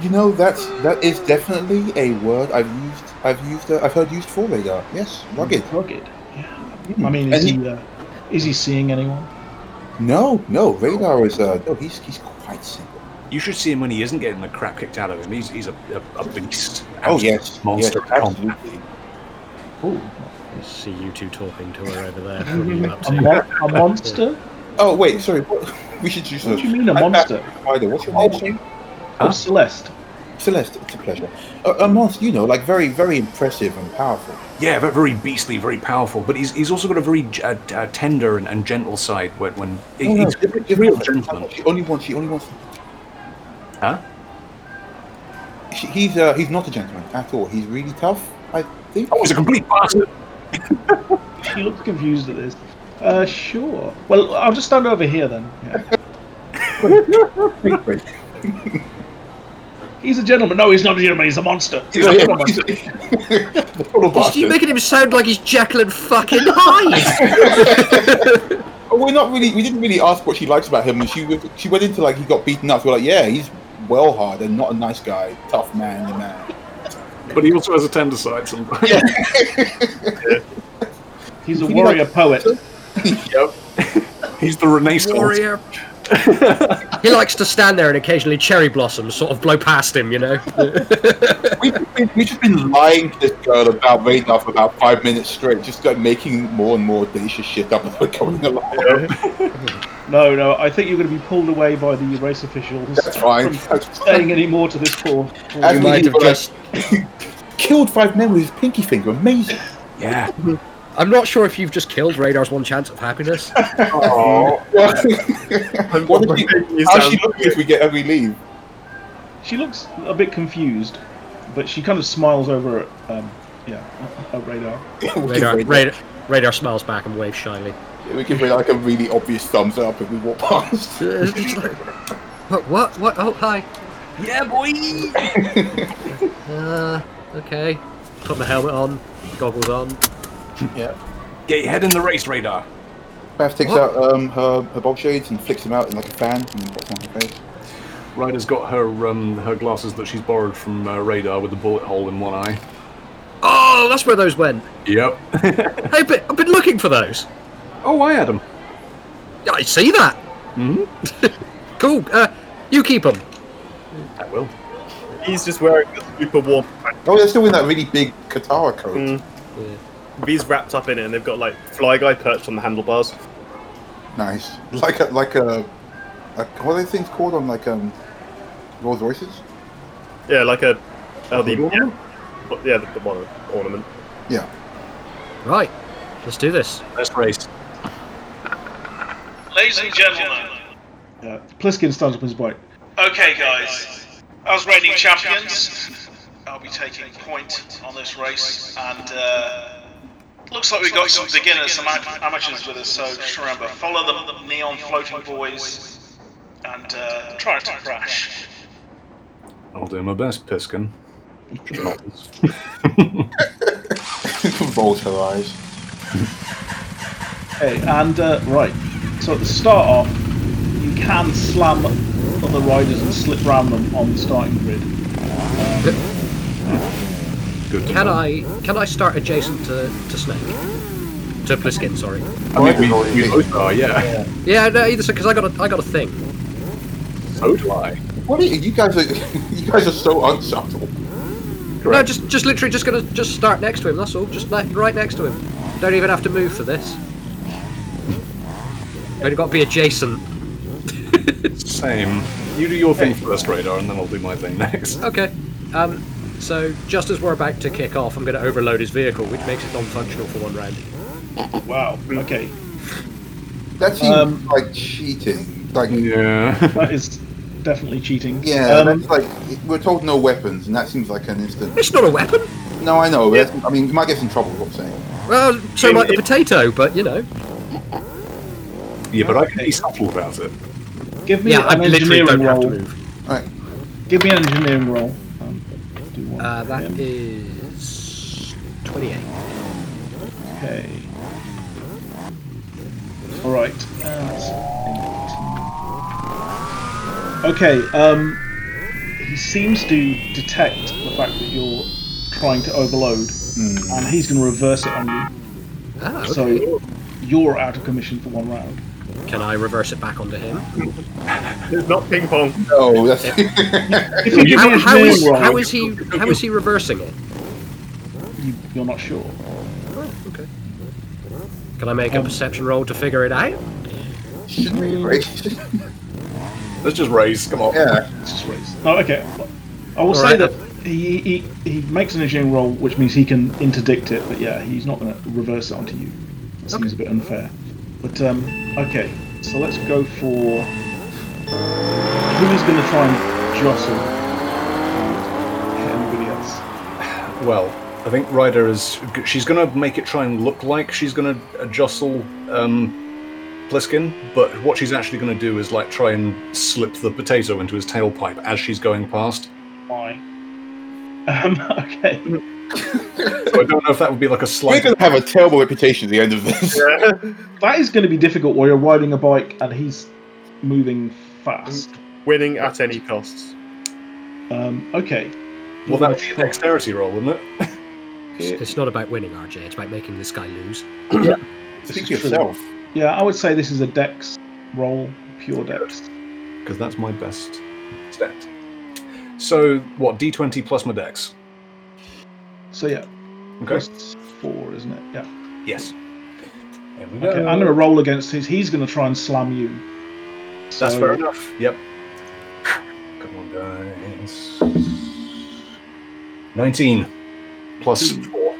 [SPEAKER 6] You know, that's that is definitely a word I've used. I've used. Uh, I've heard used for radar. Yes, rugged.
[SPEAKER 4] Rugged. Yeah. Hmm. I mean, is
[SPEAKER 6] And
[SPEAKER 4] he,
[SPEAKER 6] he-
[SPEAKER 4] uh, is he seeing anyone?
[SPEAKER 6] No, no, radar is. Uh, no, he's he's quite simple.
[SPEAKER 3] You should see him when he isn't getting the crap kicked out of him. He's, he's a, a, a beast.
[SPEAKER 6] Oh yes,
[SPEAKER 3] Monster.
[SPEAKER 6] yes, absolutely.
[SPEAKER 8] See you two talking to her over there. What are you up
[SPEAKER 4] A,
[SPEAKER 8] to?
[SPEAKER 4] mon- a monster?
[SPEAKER 6] Oh wait, sorry. What, we should use.
[SPEAKER 4] What
[SPEAKER 6] those.
[SPEAKER 4] do you mean a
[SPEAKER 6] I'm back
[SPEAKER 4] monster?
[SPEAKER 6] to Spider. What's your name? Shane?
[SPEAKER 4] Oh, Celeste.
[SPEAKER 6] Celeste. It's a pleasure. A, a monster, you know, like very, very impressive and powerful.
[SPEAKER 3] Yeah, ve- very beastly, very powerful. But he's, he's also got a very j- uh, uh, tender and, and gentle side when, when he-
[SPEAKER 4] Oh,
[SPEAKER 6] No, no,
[SPEAKER 3] he's
[SPEAKER 6] different-
[SPEAKER 3] a real
[SPEAKER 6] different-
[SPEAKER 3] gentleman.
[SPEAKER 6] She only wants. She only wants.
[SPEAKER 3] Huh?
[SPEAKER 6] She, he's uh, he's not a gentleman at all. He's really tough. I think.
[SPEAKER 3] Oh, he's a complete bastard.
[SPEAKER 4] She looks confused at this. Uh, sure. Well, I'll just stand over here then. Yeah.
[SPEAKER 6] Wait, wait.
[SPEAKER 4] He's a gentleman. No, he's not a gentleman. He's a monster. He's a total monster.
[SPEAKER 6] Total bastard.
[SPEAKER 5] You're making him sound like he's Jacqueline fucking Hyde.
[SPEAKER 6] Oh, We're not really. We didn't really ask what she likes about him, and she w- she went into like he got beaten up. We're like, yeah, he's well hard and not a nice guy, tough man, the man.
[SPEAKER 3] But he also has a tender side sometimes.
[SPEAKER 4] He's a
[SPEAKER 6] Can you, like,
[SPEAKER 4] warrior poet.
[SPEAKER 6] yep.
[SPEAKER 3] He's the Renaissance.
[SPEAKER 5] Warrior
[SPEAKER 8] He likes to stand there and occasionally cherry blossoms sort of blow past him, you know.
[SPEAKER 6] We've, been, we've just been lying to this girl about Radar for about five minutes straight, just like making more and more audacious shit up as we're going along.
[SPEAKER 4] No, no, I think you're going to be pulled away by the race officials.
[SPEAKER 6] That's fine.
[SPEAKER 4] From
[SPEAKER 6] That's fine.
[SPEAKER 4] saying any more to this poor. poor
[SPEAKER 6] As
[SPEAKER 5] You
[SPEAKER 6] we
[SPEAKER 5] might
[SPEAKER 6] did,
[SPEAKER 5] have
[SPEAKER 6] we're like,
[SPEAKER 5] just.
[SPEAKER 6] killed five men with his pinky finger. Amazing.
[SPEAKER 3] Yeah.
[SPEAKER 8] I'm not sure if you've just killed Radar's one chance of happiness.
[SPEAKER 6] what if you, how's she looking if we get if we leave?
[SPEAKER 4] She looks a bit confused, but she kind of smiles over at, um, yeah, at- at radar.
[SPEAKER 6] we give
[SPEAKER 8] Radar,
[SPEAKER 6] radar,
[SPEAKER 8] radar, radar smiles back and waves shyly.
[SPEAKER 6] we give radar like a really obvious thumbs up if we walk past.
[SPEAKER 5] What? What? What? Oh, hi. Yeah, boy. uh, okay.
[SPEAKER 8] Put my helmet on, goggles on.
[SPEAKER 6] yeah.
[SPEAKER 3] Get your head in the race radar.
[SPEAKER 6] Beth takes
[SPEAKER 5] What?
[SPEAKER 6] out um, her, her bob shades and flicks them out in like a fan and then puts them on her face.
[SPEAKER 3] Ryder's got her um, her glasses that she's borrowed from uh, radar with the bullet hole in one eye.
[SPEAKER 8] Oh, that's where those went.
[SPEAKER 3] Yep.
[SPEAKER 8] Hey, but I've been looking for those.
[SPEAKER 3] oh, I had 'em.
[SPEAKER 8] Yeah, I see that. cool. Uh, you keep them.
[SPEAKER 3] I will.
[SPEAKER 7] He's just wearing a super warm.
[SPEAKER 6] Oh, they're still in that really big Katara coat.
[SPEAKER 7] Mm. V's wrapped up in it, and they've got like Fly Guy perched on the handlebars.
[SPEAKER 3] Hmm.
[SPEAKER 6] Nice. Like a like a, a what are those things called on like um Rolls Royces?
[SPEAKER 7] Yeah, like a. Oh, the,
[SPEAKER 6] The
[SPEAKER 7] yeah,
[SPEAKER 6] ornament?
[SPEAKER 7] But- yeah, the, the one ornament.
[SPEAKER 6] Yeah.
[SPEAKER 8] Right. Let's do this.
[SPEAKER 3] Let's race.
[SPEAKER 9] Ladies and gentlemen,
[SPEAKER 4] Uh, Pliskin stands up in his bike.
[SPEAKER 9] okay, guys, as reigning champions, I'll be taking point on this race, and uh, looks like we've got some beginners, some am- amateurs with us, so just remember follow the neon floating boys and uh, try not to crash.
[SPEAKER 3] I'll do my best, Piskin.
[SPEAKER 6] Rolls her eyes.
[SPEAKER 4] Okay, and uh, right. So at the start off, you can slam other riders and slip round them on the starting grid.
[SPEAKER 3] Good. to
[SPEAKER 8] Can
[SPEAKER 3] know.
[SPEAKER 8] I? Can I start adjacent to, to Snake? To Pliskin, sorry.
[SPEAKER 3] I mean, we, we both are, yeah.
[SPEAKER 8] Yeah, no, either because I got a I got a thing.
[SPEAKER 3] So do I.
[SPEAKER 6] What are you, you guys are you guys are so unsubtle.
[SPEAKER 8] No,
[SPEAKER 3] Correct.
[SPEAKER 8] just just literally just gonna just start next to him. That's all. Just like right next to him. Don't even have to move for this. Only got to be adjacent.
[SPEAKER 3] Same. You do your thing first, radar, and then I'll do my thing next.
[SPEAKER 8] Okay. Um. So just as we're about to kick off, I'm going to overload his vehicle, which makes it non-functional for one round.
[SPEAKER 4] Wow. Okay,
[SPEAKER 6] That seems
[SPEAKER 4] Um,
[SPEAKER 6] like cheating. Like
[SPEAKER 3] Yeah.
[SPEAKER 4] that is definitely cheating.
[SPEAKER 6] yeah,
[SPEAKER 4] Um,
[SPEAKER 6] that's like we're told no weapons, and that seems like an instant.
[SPEAKER 8] It's not a weapon.
[SPEAKER 6] No, I know. but that's- I mean, you might get in trouble. What I'm saying.
[SPEAKER 8] Well, so might the potato, but you know.
[SPEAKER 3] yeah, but I can be subtle about it.
[SPEAKER 4] give me
[SPEAKER 8] Yeah, I
[SPEAKER 4] an
[SPEAKER 8] literally
[SPEAKER 4] engineering
[SPEAKER 8] don't have to
[SPEAKER 4] roll.
[SPEAKER 8] move.
[SPEAKER 6] All right.
[SPEAKER 4] Give me an engineering roll. Um, do one
[SPEAKER 8] Uh, that
[SPEAKER 4] again.
[SPEAKER 8] is twenty-eight.
[SPEAKER 4] Okay. All right. Uh, that's 18. okay. Um, he seems to detect the fact that you're trying to overload,
[SPEAKER 8] Hmm.
[SPEAKER 4] and he's going to reverse it on you.
[SPEAKER 8] Ah, okay.
[SPEAKER 4] So you're out of commission for one round.
[SPEAKER 8] Can I reverse it back onto him?
[SPEAKER 7] It's not ping pong.
[SPEAKER 6] No, that's
[SPEAKER 4] If you give me
[SPEAKER 8] How,
[SPEAKER 4] an
[SPEAKER 8] how is
[SPEAKER 4] engineering
[SPEAKER 8] how
[SPEAKER 4] roll,
[SPEAKER 8] is he how is he reversing it?
[SPEAKER 4] you, you're not sure.
[SPEAKER 8] Okay. Can I
[SPEAKER 4] Um,
[SPEAKER 8] make a perception roll to figure it out?
[SPEAKER 6] shouldn't be great.
[SPEAKER 3] Let's just race. Come on.
[SPEAKER 6] yeah.
[SPEAKER 4] It's just race. Oh, okay. I will
[SPEAKER 8] All
[SPEAKER 4] say
[SPEAKER 8] right.
[SPEAKER 4] that he, he he makes an engineering roll, which means he can interdict it. But yeah, he's not going to reverse it onto you. It seems a bit unfair. But um, okay. So let's go for who is going to try and jostle hit anybody else.
[SPEAKER 3] Well, I think Ryder is. She's going to make it try and look like she's going to jostle um, Pliskin, but what she's actually going to do is like try and slip the potato into his tailpipe as she's going past.
[SPEAKER 4] Why? Um, okay.
[SPEAKER 3] So I don't know if that would be like a
[SPEAKER 6] We're
[SPEAKER 3] slight.
[SPEAKER 6] gonna have a terrible reputation at the end of this.
[SPEAKER 4] That is going to be difficult while you're riding a bike and he's moving fast.
[SPEAKER 7] Winning at any cost.
[SPEAKER 8] Mm.
[SPEAKER 4] Um, okay.
[SPEAKER 3] Well, that would be a dexterity roll, wouldn't it?
[SPEAKER 8] It's not about winning, RJ. It's about making this guy lose.
[SPEAKER 6] Think yourself.
[SPEAKER 4] Yeah, I would say this is a dex roll. pure depth.
[SPEAKER 3] because that's my best stat. So what? D20 plus my dex.
[SPEAKER 4] So yeah,
[SPEAKER 3] Okay.
[SPEAKER 4] plus four, isn't it? Yeah.
[SPEAKER 3] Yes. There we go.
[SPEAKER 4] Okay, I'm going to roll against his. He's going to try and slam you.
[SPEAKER 3] That's
[SPEAKER 4] So-
[SPEAKER 3] fair enough. Yep. Come on, guys. 19 plus 4.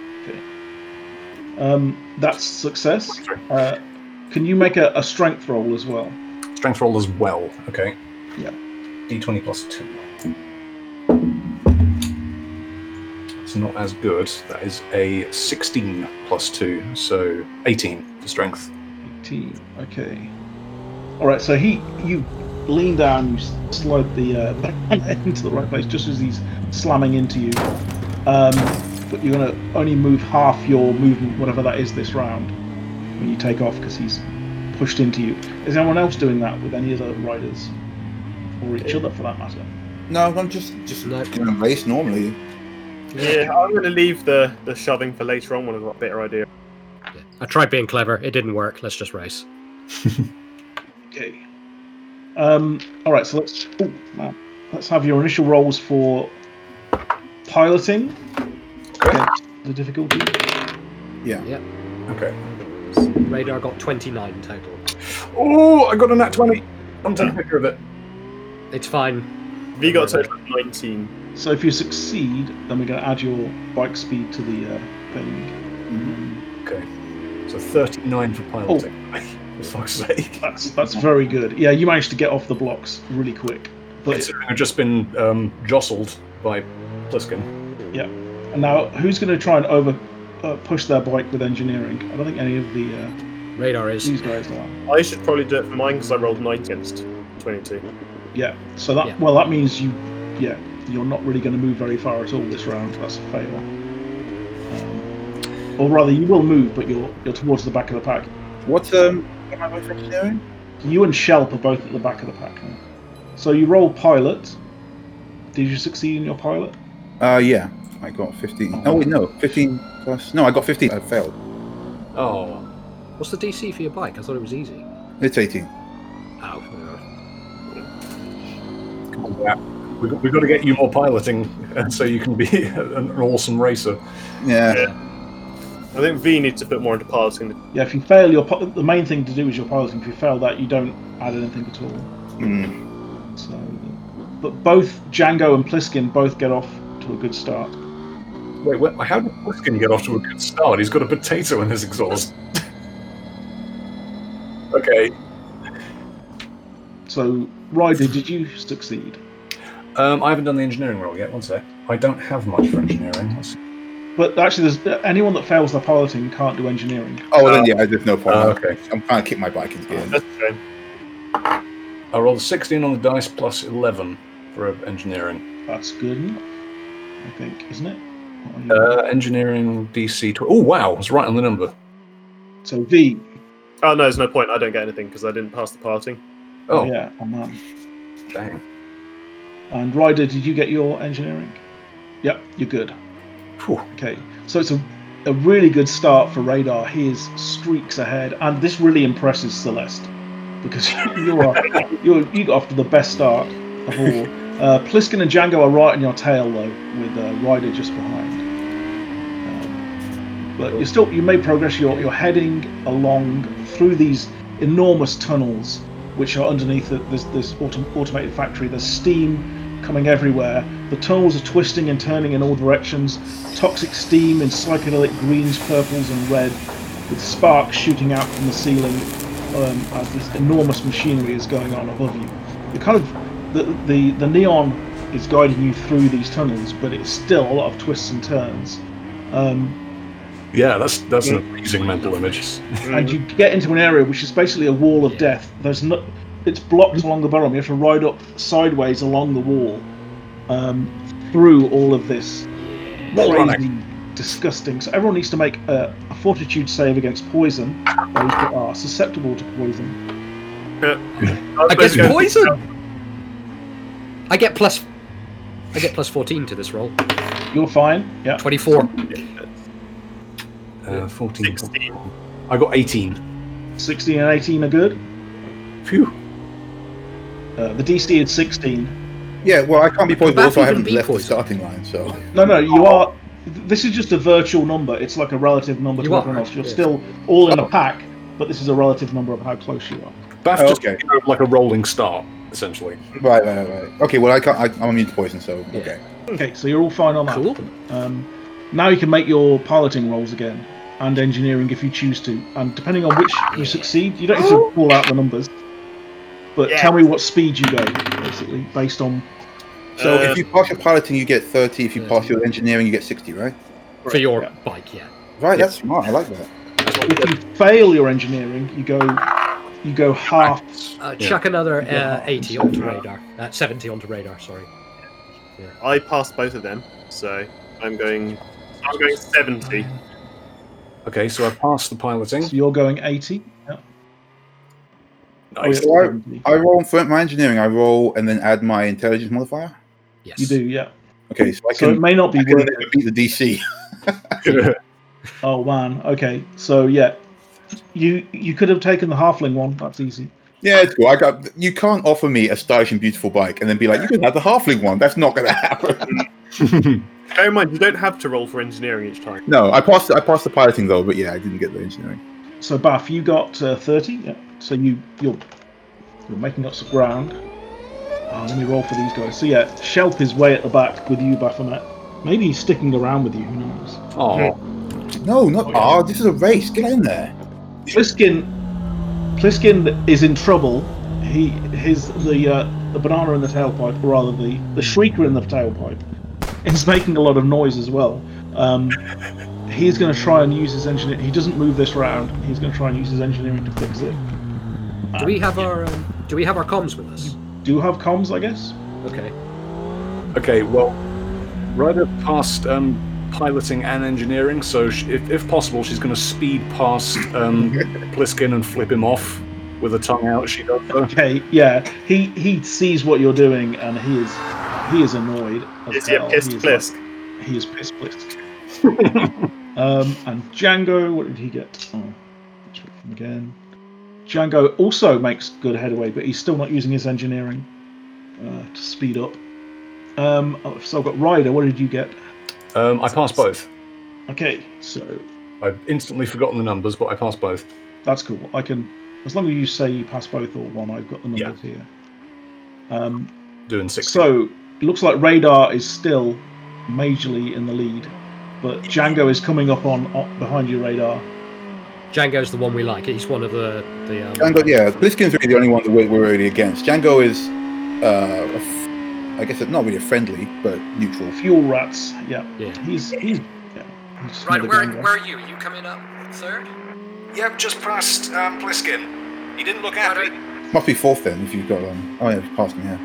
[SPEAKER 4] Um, that's success. Uh, can you make a, a strength roll as well?
[SPEAKER 3] Strength roll as well. Okay.
[SPEAKER 4] Yeah.
[SPEAKER 3] D20 plus 2. It's not as good. That is a 16 plus 2, so 18 for strength.
[SPEAKER 4] 18. Okay. All right. So he, you lean down, you s- slide the uh, banana into the right place just as he's slamming into you. Um, but you're gonna only move half your movement, whatever that is, this round when you take off because he's pushed into you. Is anyone else doing that with any other riders or each other for that matter?
[SPEAKER 6] No, I'm just just
[SPEAKER 5] No.
[SPEAKER 6] going to race normally.
[SPEAKER 7] Yeah, I'm going to leave the, the shoving for later on when I've got a better idea.
[SPEAKER 8] I tried being clever. It didn't work. Let's just race.
[SPEAKER 4] Okay. Um, all right. So let's ooh, wow. let's have your initial rolls for piloting. Okay. The difficulty.
[SPEAKER 3] Okay.
[SPEAKER 8] Radar got 29 total.
[SPEAKER 3] Oh, I got a nat 20. I'm taking a picture of it.
[SPEAKER 8] It's fine.
[SPEAKER 7] V got a total of 19.
[SPEAKER 4] So if you succeed, then we're going to add your bike speed to the uh, thing.
[SPEAKER 3] Okay. So 39 for piloting. for fuck's sake.
[SPEAKER 4] That's that's very good. Yeah, you managed to get off the blocks really quick. But
[SPEAKER 3] Considering I've just been um, jostled by Pliskin.
[SPEAKER 4] and now who's going to try and over uh, push their bike with engineering? I don't think any of the uh,
[SPEAKER 8] Radar is.
[SPEAKER 4] these guys are.
[SPEAKER 7] I should probably do it for mine because I rolled 9 against 22.
[SPEAKER 4] Yeah. So that
[SPEAKER 8] Yeah.
[SPEAKER 4] well, that means you, yeah, you're not really going to move very far at all this round. That's a fail. Um, or rather, you will move, but you're you're towards the back of the pack.
[SPEAKER 6] What um am I with engineering?
[SPEAKER 4] You and Shelp are both at the back of the pack. now. So you roll pilot. Did you succeed in your pilot?
[SPEAKER 6] Uh yeah. I got fifteen. Oh wait, no, fifteen plus no, I got fifteen. I failed.
[SPEAKER 3] Oh.
[SPEAKER 8] What's the DC for your bike? I thought it was easy.
[SPEAKER 6] It's eighteen.
[SPEAKER 8] Oh.
[SPEAKER 3] Come on, Zap. We've got, we've got to get you more piloting uh, so you can be an, an awesome racer.
[SPEAKER 6] Yeah.
[SPEAKER 7] I think V needs to put more into piloting.
[SPEAKER 4] Yeah. If you fail your, pi- the main thing to do is your piloting. If you fail that, you don't add anything at all.
[SPEAKER 6] Mm.
[SPEAKER 4] So, but both Django and Pliskin both get off to a good start.
[SPEAKER 3] Wait, wh- how did Pliskin get off to a good start? He's got a potato in his exhaust. okay.
[SPEAKER 4] So, Ryder, did you succeed?
[SPEAKER 3] Um, I haven't done the engineering roll yet. One sec. I don't have much for engineering. Let's-
[SPEAKER 4] But actually, there's anyone that fails their piloting can't do engineering.
[SPEAKER 6] Oh well, then yeah, there's no point.
[SPEAKER 3] Uh, okay.
[SPEAKER 6] I'm trying to kick my bike into gear.
[SPEAKER 7] That's a shame.
[SPEAKER 3] I rolled 16 on the dice plus 11 for uh, engineering.
[SPEAKER 4] That's good enough, I think, isn't it? What are you-
[SPEAKER 3] Uh, engineering DC. Tw- oh, wow. It's right on the number.
[SPEAKER 4] so V,
[SPEAKER 7] Oh no, there's no point. I don't get anything because I didn't pass the piloting.
[SPEAKER 3] Oh,
[SPEAKER 4] yeah, on that.
[SPEAKER 3] dang.
[SPEAKER 4] And Ryder, did you get your engineering? Yep, you're good.
[SPEAKER 3] Phew.
[SPEAKER 4] Okay, so it's a, a really good start for Radar. He is streaks ahead, and this really impresses Celeste because you're you you got off to the best start of all. Uh, Pliskin and Django are right on your tail though, with uh, Ryder just behind. Um, But you still you made progress. You're you're heading along through these enormous tunnels, which are underneath the, this this autom- automated factory. There's steam coming everywhere. The tunnels are twisting and turning in all directions. Toxic steam in psychedelic greens, purples, and red, with sparks shooting out from the ceiling um, as this enormous machinery is going on above you. You kind of the, the the neon is guiding you through these tunnels, but it's still a lot of twists and turns. Um,
[SPEAKER 3] Yeah, that's that's an amazing mental image.
[SPEAKER 4] and you get into an area which is basically a wall of death. There's no, it's blocked along the bottom. You have to ride up sideways along the wall, um, through all of this crazy, disgusting. So everyone needs to make a, a fortitude save against poison. Those that are susceptible to poison.
[SPEAKER 7] was
[SPEAKER 8] I guess
[SPEAKER 7] gonna-
[SPEAKER 8] poison. I get plus. I get plus 14 to this roll.
[SPEAKER 4] You're fine. Yeah.
[SPEAKER 8] 24.
[SPEAKER 3] Uh, 14.
[SPEAKER 7] 16.
[SPEAKER 3] I got 18.
[SPEAKER 4] 16 and 18 are good.
[SPEAKER 3] Phew.
[SPEAKER 4] Uh, the DC is 16.
[SPEAKER 6] Yeah, well, I can't be poisoned
[SPEAKER 8] Bath
[SPEAKER 6] if I
[SPEAKER 8] even
[SPEAKER 6] haven't
[SPEAKER 8] be
[SPEAKER 6] left the
[SPEAKER 8] poisoned?
[SPEAKER 6] starting line, so.
[SPEAKER 4] No, no,
[SPEAKER 8] Oh.
[SPEAKER 4] you are. This is just a virtual number. It's like a relative number
[SPEAKER 8] You
[SPEAKER 4] to
[SPEAKER 8] are,
[SPEAKER 4] everyone else. You're
[SPEAKER 8] yeah.
[SPEAKER 4] still all in a
[SPEAKER 6] Oh.
[SPEAKER 4] pack, but this is a relative number of how close you are.
[SPEAKER 3] Bath
[SPEAKER 6] Oh,
[SPEAKER 3] just
[SPEAKER 6] okay.
[SPEAKER 3] you know, like a rolling start, essentially.
[SPEAKER 6] Right, right, right, right. Okay, well, I can't, I, I'm immune to poison, so.
[SPEAKER 8] Yeah.
[SPEAKER 6] Okay.
[SPEAKER 4] Okay, so you're all fine on that.
[SPEAKER 8] Cool.
[SPEAKER 4] Um, now you can make your piloting rolls again and engineering if you choose to. And depending on which you succeed, you don't need to pull out the numbers. But
[SPEAKER 7] Yeah.
[SPEAKER 4] tell me what speed you go, basically, based on.
[SPEAKER 6] So
[SPEAKER 7] Uh,
[SPEAKER 6] if you pass your piloting, you get 30. If you pass your engineering, you get 60, right?
[SPEAKER 8] For your
[SPEAKER 4] yeah.
[SPEAKER 8] bike, yeah.
[SPEAKER 6] Right, that's smart. I like that.
[SPEAKER 4] If you fail your engineering, you go, you go half.
[SPEAKER 8] Uh,
[SPEAKER 3] Yeah.
[SPEAKER 8] Chuck another uh,
[SPEAKER 4] Yeah.
[SPEAKER 8] 80 onto radar. Uh, 70 onto radar, sorry.
[SPEAKER 7] I passed both of them, so I'm going. I'm going seventy.
[SPEAKER 3] Okay, so I passed the piloting.
[SPEAKER 4] So you're going 80. Yeah.
[SPEAKER 3] Nice.
[SPEAKER 6] So I, I roll for my engineering. I roll and then add my intelligence modifier.
[SPEAKER 8] Yes.
[SPEAKER 4] You do, yeah.
[SPEAKER 6] Okay, so I
[SPEAKER 4] So
[SPEAKER 6] can,
[SPEAKER 4] it may not be
[SPEAKER 6] I can
[SPEAKER 4] worth
[SPEAKER 6] never beat the DC.
[SPEAKER 4] Oh man, okay. So yeah, you you could have taken the halfling one. That's easy.
[SPEAKER 6] Yeah, it's cool. I got, you can't offer me a stylish and beautiful bike and then be like, you can have the halfling one. That's not going to happen.
[SPEAKER 7] Bear in mind, you don't have to roll for engineering each time.
[SPEAKER 6] no, I passed. I passed the piloting though, but yeah, I didn't get the engineering.
[SPEAKER 4] So Bath, you got uh, thirty. Yeah. So you you're you're making up some ground. Oh, let me roll for these guys. So yeah, Shelp is way at the back with you, Baphomet. Maybe he's sticking around with you. Who knows?
[SPEAKER 3] Oh,
[SPEAKER 6] No, not. Oh, this is a race. Get in there.
[SPEAKER 4] Pliskin, Pliskin is in trouble. He his the uh, the banana in the tailpipe, or rather the the shrieker in the tailpipe, is making a lot of noise as well. Um, he's going to try and use his engineer. He doesn't move this round. He's going to try and use his engineering to fix it.
[SPEAKER 8] Do we have our um, Do we have our comms with us?
[SPEAKER 4] Do you have comms, I guess.
[SPEAKER 8] Okay.
[SPEAKER 3] okay. Well, Ryder passed um, piloting and engineering, so sh if, if possible, she's going to speed past um, Pliskin and flip him off with a tongue out. She does. though.
[SPEAKER 4] Okay, yeah. He he sees what you're doing and he is he is annoyed. As
[SPEAKER 7] Is he a
[SPEAKER 4] hell.
[SPEAKER 7] pissed
[SPEAKER 4] He is
[SPEAKER 7] flisk?
[SPEAKER 4] He is pissed blitzed. um, and Django, what did he get? Oh, check him again. Django also makes good headway, but he's still not using his engineering uh, to speed up. Um, oh, so I've got Ryder. What did you get?
[SPEAKER 3] Um, I passed both.
[SPEAKER 4] Okay, so
[SPEAKER 3] I've instantly forgotten the numbers, but I passed both.
[SPEAKER 4] that's cool. I can, as long as you say you pass both or one, I've got the numbers here. Um,
[SPEAKER 3] Doing six.
[SPEAKER 4] So it looks like Radar is still majorly in the lead, but Django is coming up on up behind you, Radar.
[SPEAKER 8] Django's the one we like. He's one of the the. Um,
[SPEAKER 6] Django, yeah, Bliskin's really the only one that we're, we're really against. Django is, uh, a f- I guess, it's not really a friendly, but neutral.
[SPEAKER 4] Fuel rats. Yeah.
[SPEAKER 8] Yeah.
[SPEAKER 4] He's he's yeah. He's just
[SPEAKER 10] Right,
[SPEAKER 4] another
[SPEAKER 10] where,
[SPEAKER 4] Django.
[SPEAKER 10] where are you? Are you coming up third?
[SPEAKER 3] Yep, just past um, Pliskin. He didn't look
[SPEAKER 10] Ryder,
[SPEAKER 6] Must be fourth then if you've got um. Oh yeah, it's past me. Yeah.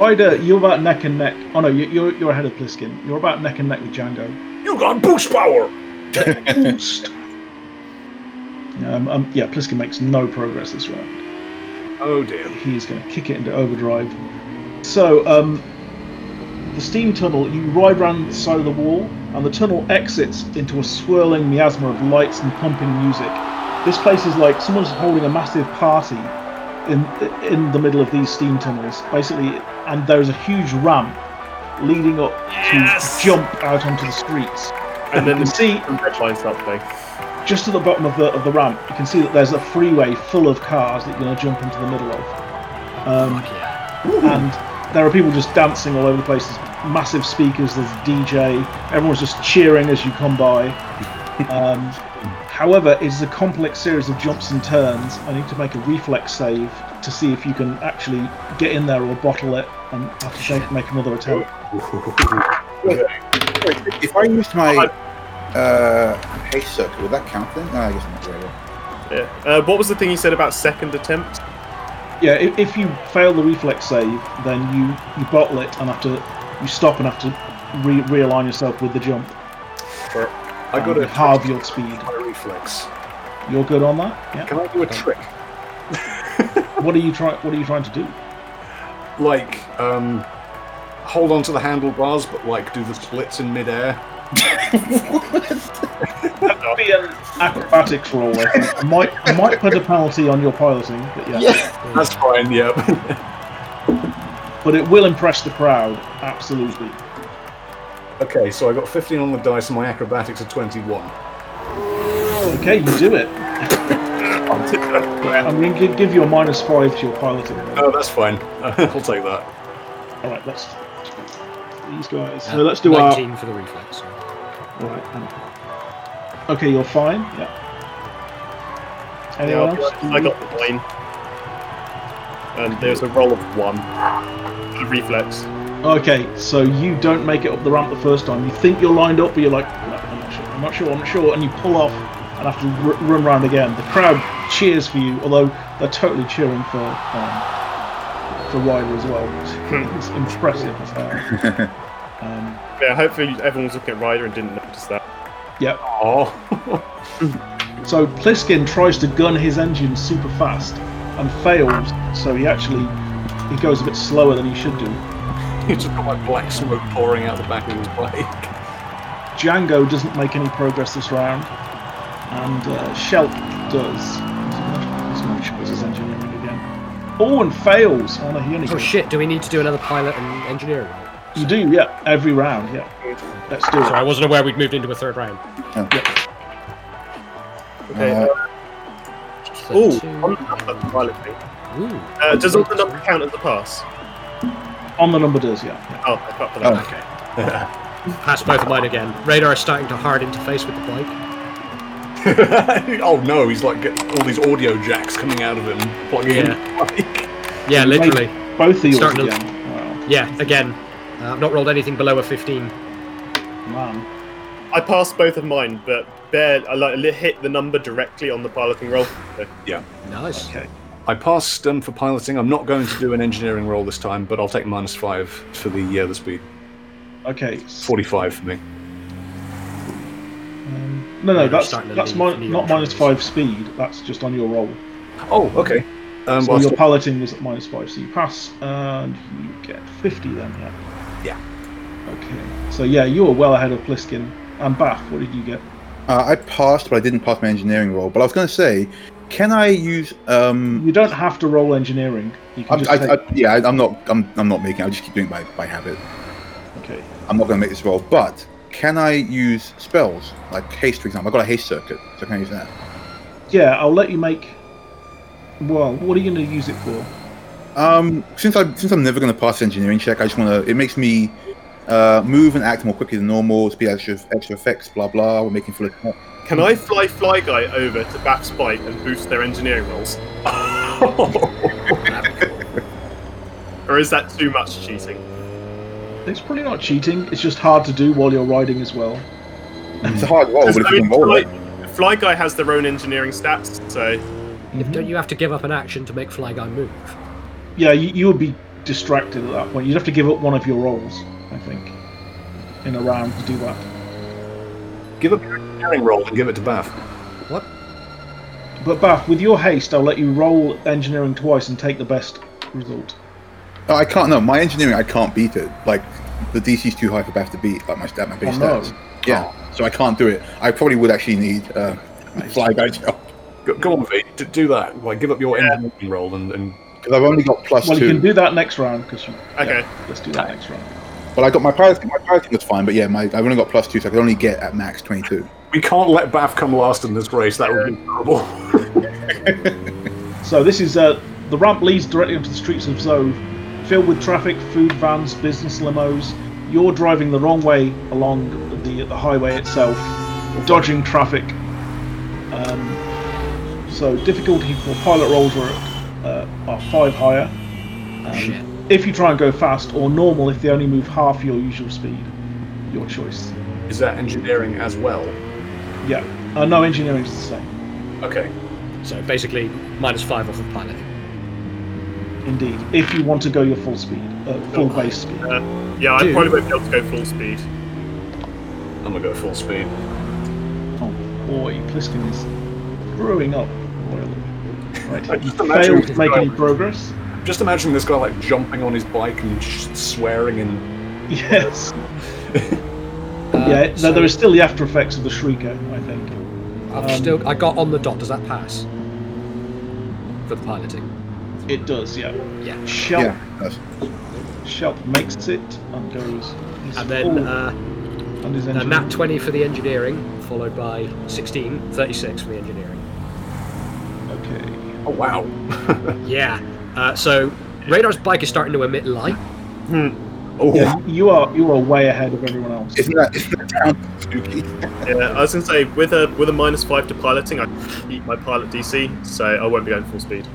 [SPEAKER 4] Ryder, you're about neck and neck. Oh no, you- you're you're ahead of Pliskin. You're about neck and neck with Django.
[SPEAKER 3] You got boost power.
[SPEAKER 4] Boost. um, um, yeah, Pliskin makes no progress this round.
[SPEAKER 3] Oh dear.
[SPEAKER 4] he's going to kick it into overdrive. So, um, the steam tunnel, you ride round the side of the wall, and the tunnel exits into a swirling miasma of lights and pumping music. This place is like someone's holding a massive party in in the middle of these steam tunnels, basically, and there is a huge ramp leading up
[SPEAKER 7] Yes!
[SPEAKER 4] to jump out onto the streets.
[SPEAKER 7] And then
[SPEAKER 4] You
[SPEAKER 7] the
[SPEAKER 4] see
[SPEAKER 7] red line start playing.
[SPEAKER 4] just at the bottom of the of the ramp, you can see that there's a freeway full of cars that you're going to jump into the middle of. Um, and there are people just dancing all over the place. There's massive speakers. There's DJ. Everyone's just cheering as you come by. Um, however, it is a complex series of jumps and turns. I need to make a reflex save to see if you can actually get in there or bottle it and have to take, make another attempt.
[SPEAKER 6] If I used my uh haste circle, would that count then? No, I guess not. Really.
[SPEAKER 7] Yeah. Uh, what was the thing you said about second attempt?
[SPEAKER 4] Yeah, if, if you fail the reflex save, then you, you bottle it and have to you stop and have to re- realign yourself with the jump.
[SPEAKER 3] I got
[SPEAKER 4] and
[SPEAKER 3] a
[SPEAKER 4] halve your speed.
[SPEAKER 3] my reflex.
[SPEAKER 4] You're good on that. Yeah.
[SPEAKER 3] Can I do a trick?
[SPEAKER 4] What are you trying? What are you trying to do?
[SPEAKER 3] Like, um, hold on to the handlebars, but like do the splits in midair.
[SPEAKER 9] That'd be an
[SPEAKER 4] Acrobatics roll. I, think. I might, I might put a penalty on your piloting, but yeah.
[SPEAKER 3] That's fine. Yep.
[SPEAKER 4] But it will impress the crowd, absolutely.
[SPEAKER 3] okay, so I got 15 on the dice, and my acrobatics are 21.
[SPEAKER 4] Okay, you do it. I'm going to give you a minus five to your piloting. roll.
[SPEAKER 3] Oh, that's fine. I'll take that.
[SPEAKER 4] All right, let's these guys. So let's do our.
[SPEAKER 8] 19 for the reflex.
[SPEAKER 4] All right, um, okay, you're fine. Yeah. Anyone else?
[SPEAKER 7] I got the plane. And there's a roll of one. A reflex.
[SPEAKER 4] Okay, so you don't make it up the ramp the first time. You think you're lined up, but you're like, "No, I'm not sure, I'm not sure, I'm not sure, and you pull off and have to r- run round again. The crowd cheers for you, although they're totally cheering for um, for Ryder as well. It's impressive as hell. Um,
[SPEAKER 7] Yeah, hopefully everyone was looking at Ryder and didn't notice that.
[SPEAKER 4] yep.
[SPEAKER 3] Oh,
[SPEAKER 4] So Pliskin tries to gun his engine super fast and fails, so he actually he goes a bit slower than he should do.
[SPEAKER 3] you just got like black smoke pouring out the back of his bike.
[SPEAKER 4] Django doesn't make any progress this round, and uh, Shelp does. He's gonna- he's gonna choose his engineering again. Oh, and fails on a unicorn.
[SPEAKER 8] Oh shit, do we need to do another pilot and engineering?
[SPEAKER 4] You do, yeah, every round, yeah. Let's do
[SPEAKER 8] Sorry, I
[SPEAKER 4] it.
[SPEAKER 8] wasn't aware we'd moved into a third round.
[SPEAKER 7] Okay.
[SPEAKER 6] Uh,
[SPEAKER 7] Uh, ooh,
[SPEAKER 8] So two-
[SPEAKER 7] on the number, pilot thing.
[SPEAKER 8] Ooh.
[SPEAKER 7] Uh, does all the number count as a pass?
[SPEAKER 4] On the number does, yeah.
[SPEAKER 7] Oh, I can't put
[SPEAKER 6] Oh.
[SPEAKER 7] that.
[SPEAKER 8] Okay. Pass both of mine again. Radar is starting to hard interface with the bike.
[SPEAKER 3] oh no, he's like getting all these audio jacks coming out of him, plugging in. Like,
[SPEAKER 8] Yeah, literally.
[SPEAKER 4] Both of yours
[SPEAKER 8] Starting to-
[SPEAKER 4] again. Wow,
[SPEAKER 8] Yeah, again. Uh, I've not rolled anything below a
[SPEAKER 4] Oh,
[SPEAKER 8] 15.
[SPEAKER 4] man.
[SPEAKER 7] I passed both of mine, but bare I like li- hit the number directly on the piloting roll. So,
[SPEAKER 8] Nice.
[SPEAKER 4] Okay.
[SPEAKER 3] I passed um, for piloting. I'm not going to do an engineering roll this time, but I'll take minus five for the uh, the speed.
[SPEAKER 4] Okay. s-
[SPEAKER 3] 45 for me.
[SPEAKER 4] Um, no, no, that's
[SPEAKER 8] starting to
[SPEAKER 4] that's
[SPEAKER 8] leave-
[SPEAKER 4] mi-
[SPEAKER 8] leave
[SPEAKER 4] not
[SPEAKER 8] on
[SPEAKER 4] minus
[SPEAKER 8] track.
[SPEAKER 4] five speed. That's just on your roll.
[SPEAKER 3] Oh, okay. Um,
[SPEAKER 4] So
[SPEAKER 3] well,
[SPEAKER 4] your piloting is at minus five, so you pass and you get 50 then, yeah? Yeah. Okay. So yeah, you were well ahead of Pliskin. And Bath, what did you get?
[SPEAKER 6] Uh, I passed, but I didn't pass my engineering roll. But I was going to say, can I use? Um,
[SPEAKER 4] You don't have to roll engineering. You can
[SPEAKER 6] I'm,
[SPEAKER 4] just
[SPEAKER 6] I,
[SPEAKER 4] take...
[SPEAKER 6] I, yeah, I- I'm not. I'm, I'm not making. it. I just keep doing it by by habit.
[SPEAKER 4] Okay.
[SPEAKER 6] I'm not going to make this roll. But can I use spells like haste, for example? I got a haste circuit, so can I use that?
[SPEAKER 4] Yeah, I'll let you make... Well, what are you going to use it for?
[SPEAKER 6] Um, since I since I'm never going to pass the engineering check, I just want to. It makes me uh, move and act more quickly than normal. Speed extra extra effects, blah blah. We're making full. of-
[SPEAKER 7] can I fly Fly Guy over to Bath's bike and boost their engineering rolls? or is that too much cheating?
[SPEAKER 4] It's probably not cheating. It's just hard to do while you're riding as well.
[SPEAKER 6] Mm. It's a hard roll, but Oh, if
[SPEAKER 7] Because, I
[SPEAKER 6] you
[SPEAKER 7] mean,
[SPEAKER 6] can roll
[SPEAKER 7] Fly,
[SPEAKER 6] it,
[SPEAKER 7] Fly Guy has their own engineering stats, so
[SPEAKER 8] Don't you have to give up an action to make Fly Guy move?
[SPEAKER 4] Yeah, you, you would be distracted at that point. You'd have to give up one of your rolls, I think, in a round to do that.
[SPEAKER 3] give up your engineering roll and give it to Bath.
[SPEAKER 5] What?
[SPEAKER 4] But Bath, with your haste, I'll let you roll engineering twice and take the best result.
[SPEAKER 6] Oh, I can't. No, my engineering, I can't beat it. Like the DC's too high for Bath to beat. Like my stat, my base
[SPEAKER 4] Oh, no.
[SPEAKER 6] stats. Yeah, so I can't do it. I probably would actually need uh, fly guy help
[SPEAKER 3] Go, go on, V. D- do that. Like, give up your engineering roll and, and
[SPEAKER 6] because I've only got plus
[SPEAKER 4] Well, you can
[SPEAKER 6] two.
[SPEAKER 4] do that next round because you.
[SPEAKER 7] Okay.
[SPEAKER 4] yeah, let's do that next round.
[SPEAKER 6] But I got my pilot. My pilot was fine. But yeah, my I've only got plus two, so I could only get at max twenty-two.
[SPEAKER 3] we can't let Bath come last in this race. That would be horrible.
[SPEAKER 4] So this is uh, the ramp leads directly onto the streets of Zove, filled with traffic, food vans, business limos. You're driving the wrong way along the the highway itself, dodging traffic. Um, so difficulty for pilot rolls are uh, are five higher.
[SPEAKER 8] Shit.
[SPEAKER 4] If you try and go fast, or normal if they only move half your usual speed, your choice.
[SPEAKER 3] Is that engineering as well?
[SPEAKER 4] Yeah. Uh, no, engineering's the same.
[SPEAKER 3] Okay.
[SPEAKER 8] So basically, minus five off of pilot.
[SPEAKER 4] Indeed. If you want to go your full speed, uh, full
[SPEAKER 7] Oh.
[SPEAKER 4] base speed.
[SPEAKER 7] uh, yeah, I
[SPEAKER 8] Dude.
[SPEAKER 7] probably won't be able to go full speed.
[SPEAKER 3] I'm gonna go full speed.
[SPEAKER 4] Oh boy, Pliskin is brewing up royally. Right, you
[SPEAKER 3] just imagine
[SPEAKER 4] failed
[SPEAKER 3] he's
[SPEAKER 4] to make any
[SPEAKER 3] driving.
[SPEAKER 4] progress.
[SPEAKER 3] Just imagine this guy like jumping on his bike and sh- swearing and
[SPEAKER 4] Yes.
[SPEAKER 5] Uh,
[SPEAKER 4] yeah,
[SPEAKER 8] so-
[SPEAKER 4] no, there is still the after effects of the Shrieker, I think.
[SPEAKER 8] I've
[SPEAKER 4] Um,
[SPEAKER 8] still I got on the dot. Does that pass for the piloting?
[SPEAKER 4] It does, yeah.
[SPEAKER 8] Yeah.
[SPEAKER 4] Shelp,
[SPEAKER 6] Yeah. that's-
[SPEAKER 4] Shelp makes it and goes.
[SPEAKER 8] And then
[SPEAKER 4] Oh,
[SPEAKER 8] uh,
[SPEAKER 4] on his
[SPEAKER 8] a
[SPEAKER 4] engine.
[SPEAKER 8] nat 20 for the engineering, followed by 16, 36 for the engineering.
[SPEAKER 4] Okay.
[SPEAKER 3] Oh wow.
[SPEAKER 8] Yeah. Uh, so radar's bike is starting to emit light.
[SPEAKER 3] Oh
[SPEAKER 4] Yeah, you are you are way ahead of everyone else.
[SPEAKER 6] Isn't that, isn't that down to Spooky?
[SPEAKER 7] Yeah, I was gonna say with a with a minus five to piloting, I eat my pilot DC, so I won't be going full speed.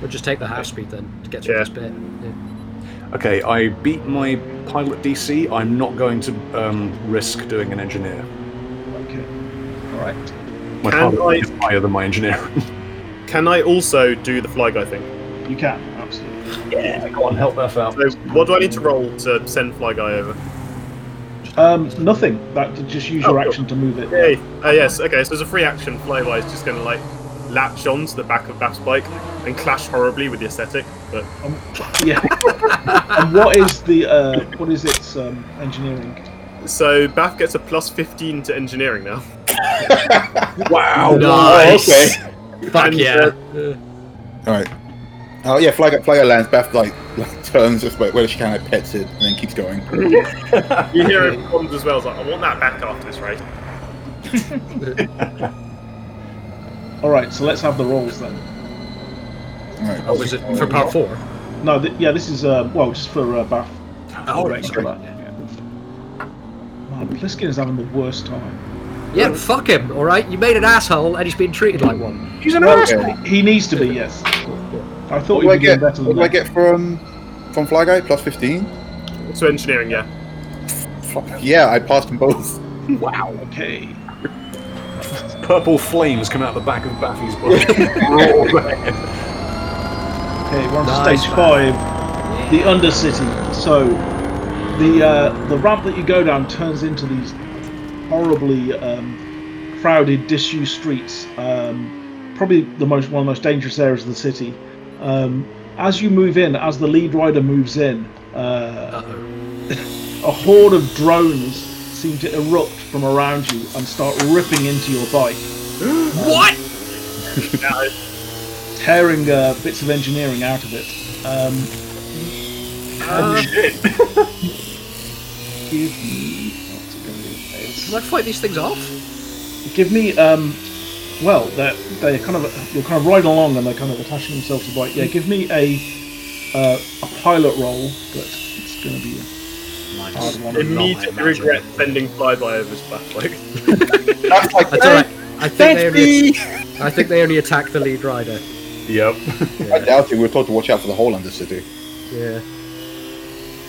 [SPEAKER 8] We'll just take the half speed then to get through
[SPEAKER 7] Yeah.
[SPEAKER 8] this bit. Yeah.
[SPEAKER 3] Okay, I beat my pilot DC. I'm not going to um, risk doing an engineer.
[SPEAKER 4] Okay. All right.
[SPEAKER 3] My
[SPEAKER 7] Can
[SPEAKER 3] pilot
[SPEAKER 7] I-
[SPEAKER 3] is higher than my engineer.
[SPEAKER 7] Can I also do the fly guy thing?
[SPEAKER 4] You can absolutely.
[SPEAKER 3] yeah, go on, help Beth out.
[SPEAKER 7] So what do I need to roll to send fly guy over?
[SPEAKER 4] Um, nothing. That just use your
[SPEAKER 7] Oh, cool.
[SPEAKER 4] action to move it.
[SPEAKER 7] Hey, uh, yes, okay. So as a free action, fly guy is just gonna like latch on to the back of Bass bike and clash horribly with the aesthetic. But
[SPEAKER 4] Yeah. and what is the uh, what is its um, engineering?
[SPEAKER 7] so Bath gets a plus fifteen to engineering now.
[SPEAKER 3] Wow.
[SPEAKER 8] Nice.
[SPEAKER 6] Oh, okay.
[SPEAKER 8] Fuck
[SPEAKER 7] And,
[SPEAKER 8] yeah.
[SPEAKER 6] All right. Oh yeah, flag flag a lands. Beth like like turns just like where she can, like pets it, and then keeps going.
[SPEAKER 7] You hear him prompt as well. It's like I want that back after this race.
[SPEAKER 4] All right. So let's have the rolls then.
[SPEAKER 6] All right.
[SPEAKER 8] oh, was it for part four?
[SPEAKER 4] No. Th- yeah. This is uh, well just for uh, Bath.
[SPEAKER 8] Oh,
[SPEAKER 4] Right,
[SPEAKER 8] okay.
[SPEAKER 4] so that- Man, Pliskin is having the worst time.
[SPEAKER 8] Yeah, fuck him, alright? You made an asshole and he's being treated like one.
[SPEAKER 3] He's an
[SPEAKER 6] Well,
[SPEAKER 3] ass.
[SPEAKER 6] okay.
[SPEAKER 4] He needs to be, yes. I
[SPEAKER 6] What
[SPEAKER 4] thought he
[SPEAKER 6] do I
[SPEAKER 4] was doing
[SPEAKER 6] get? What
[SPEAKER 4] better than
[SPEAKER 6] do I
[SPEAKER 4] that.
[SPEAKER 6] get from from flag guy? Plus fifteen.
[SPEAKER 7] So engineering, yeah.
[SPEAKER 6] Yeah, I passed them both.
[SPEAKER 3] Wow.
[SPEAKER 4] Okay.
[SPEAKER 3] Purple flames come out the back of Baffy's body.
[SPEAKER 4] Okay, we're on to
[SPEAKER 8] Nice,
[SPEAKER 4] stage five, the Undercity. So, the uh, the ramp that you go down turns into these horribly um, crowded, disused streets. Um, probably the most one of the most dangerous areas of the city. Um, as you move in, as the lead rider moves in, uh, a horde of drones seem to erupt from around you and start ripping into your bike,
[SPEAKER 8] What?
[SPEAKER 4] tearing uh, bits of engineering out of it. Um, give me. what's it gonna be?
[SPEAKER 8] Can I fight these things off?
[SPEAKER 4] It's- Give me. Um, well, they're, they're kind of you're kind of riding along and they're kind of attaching themselves to the bike. Yeah, give me a uh, a pilot roll, but it's going to be a hard one.
[SPEAKER 7] Immediate regret sending flyby over to Bath bike.
[SPEAKER 6] That's like
[SPEAKER 8] That's alright. I think, they only, I think they only attack the lead rider.
[SPEAKER 3] yep.
[SPEAKER 6] I doubt it. We're told to watch out for the whole undercity.
[SPEAKER 8] Yeah.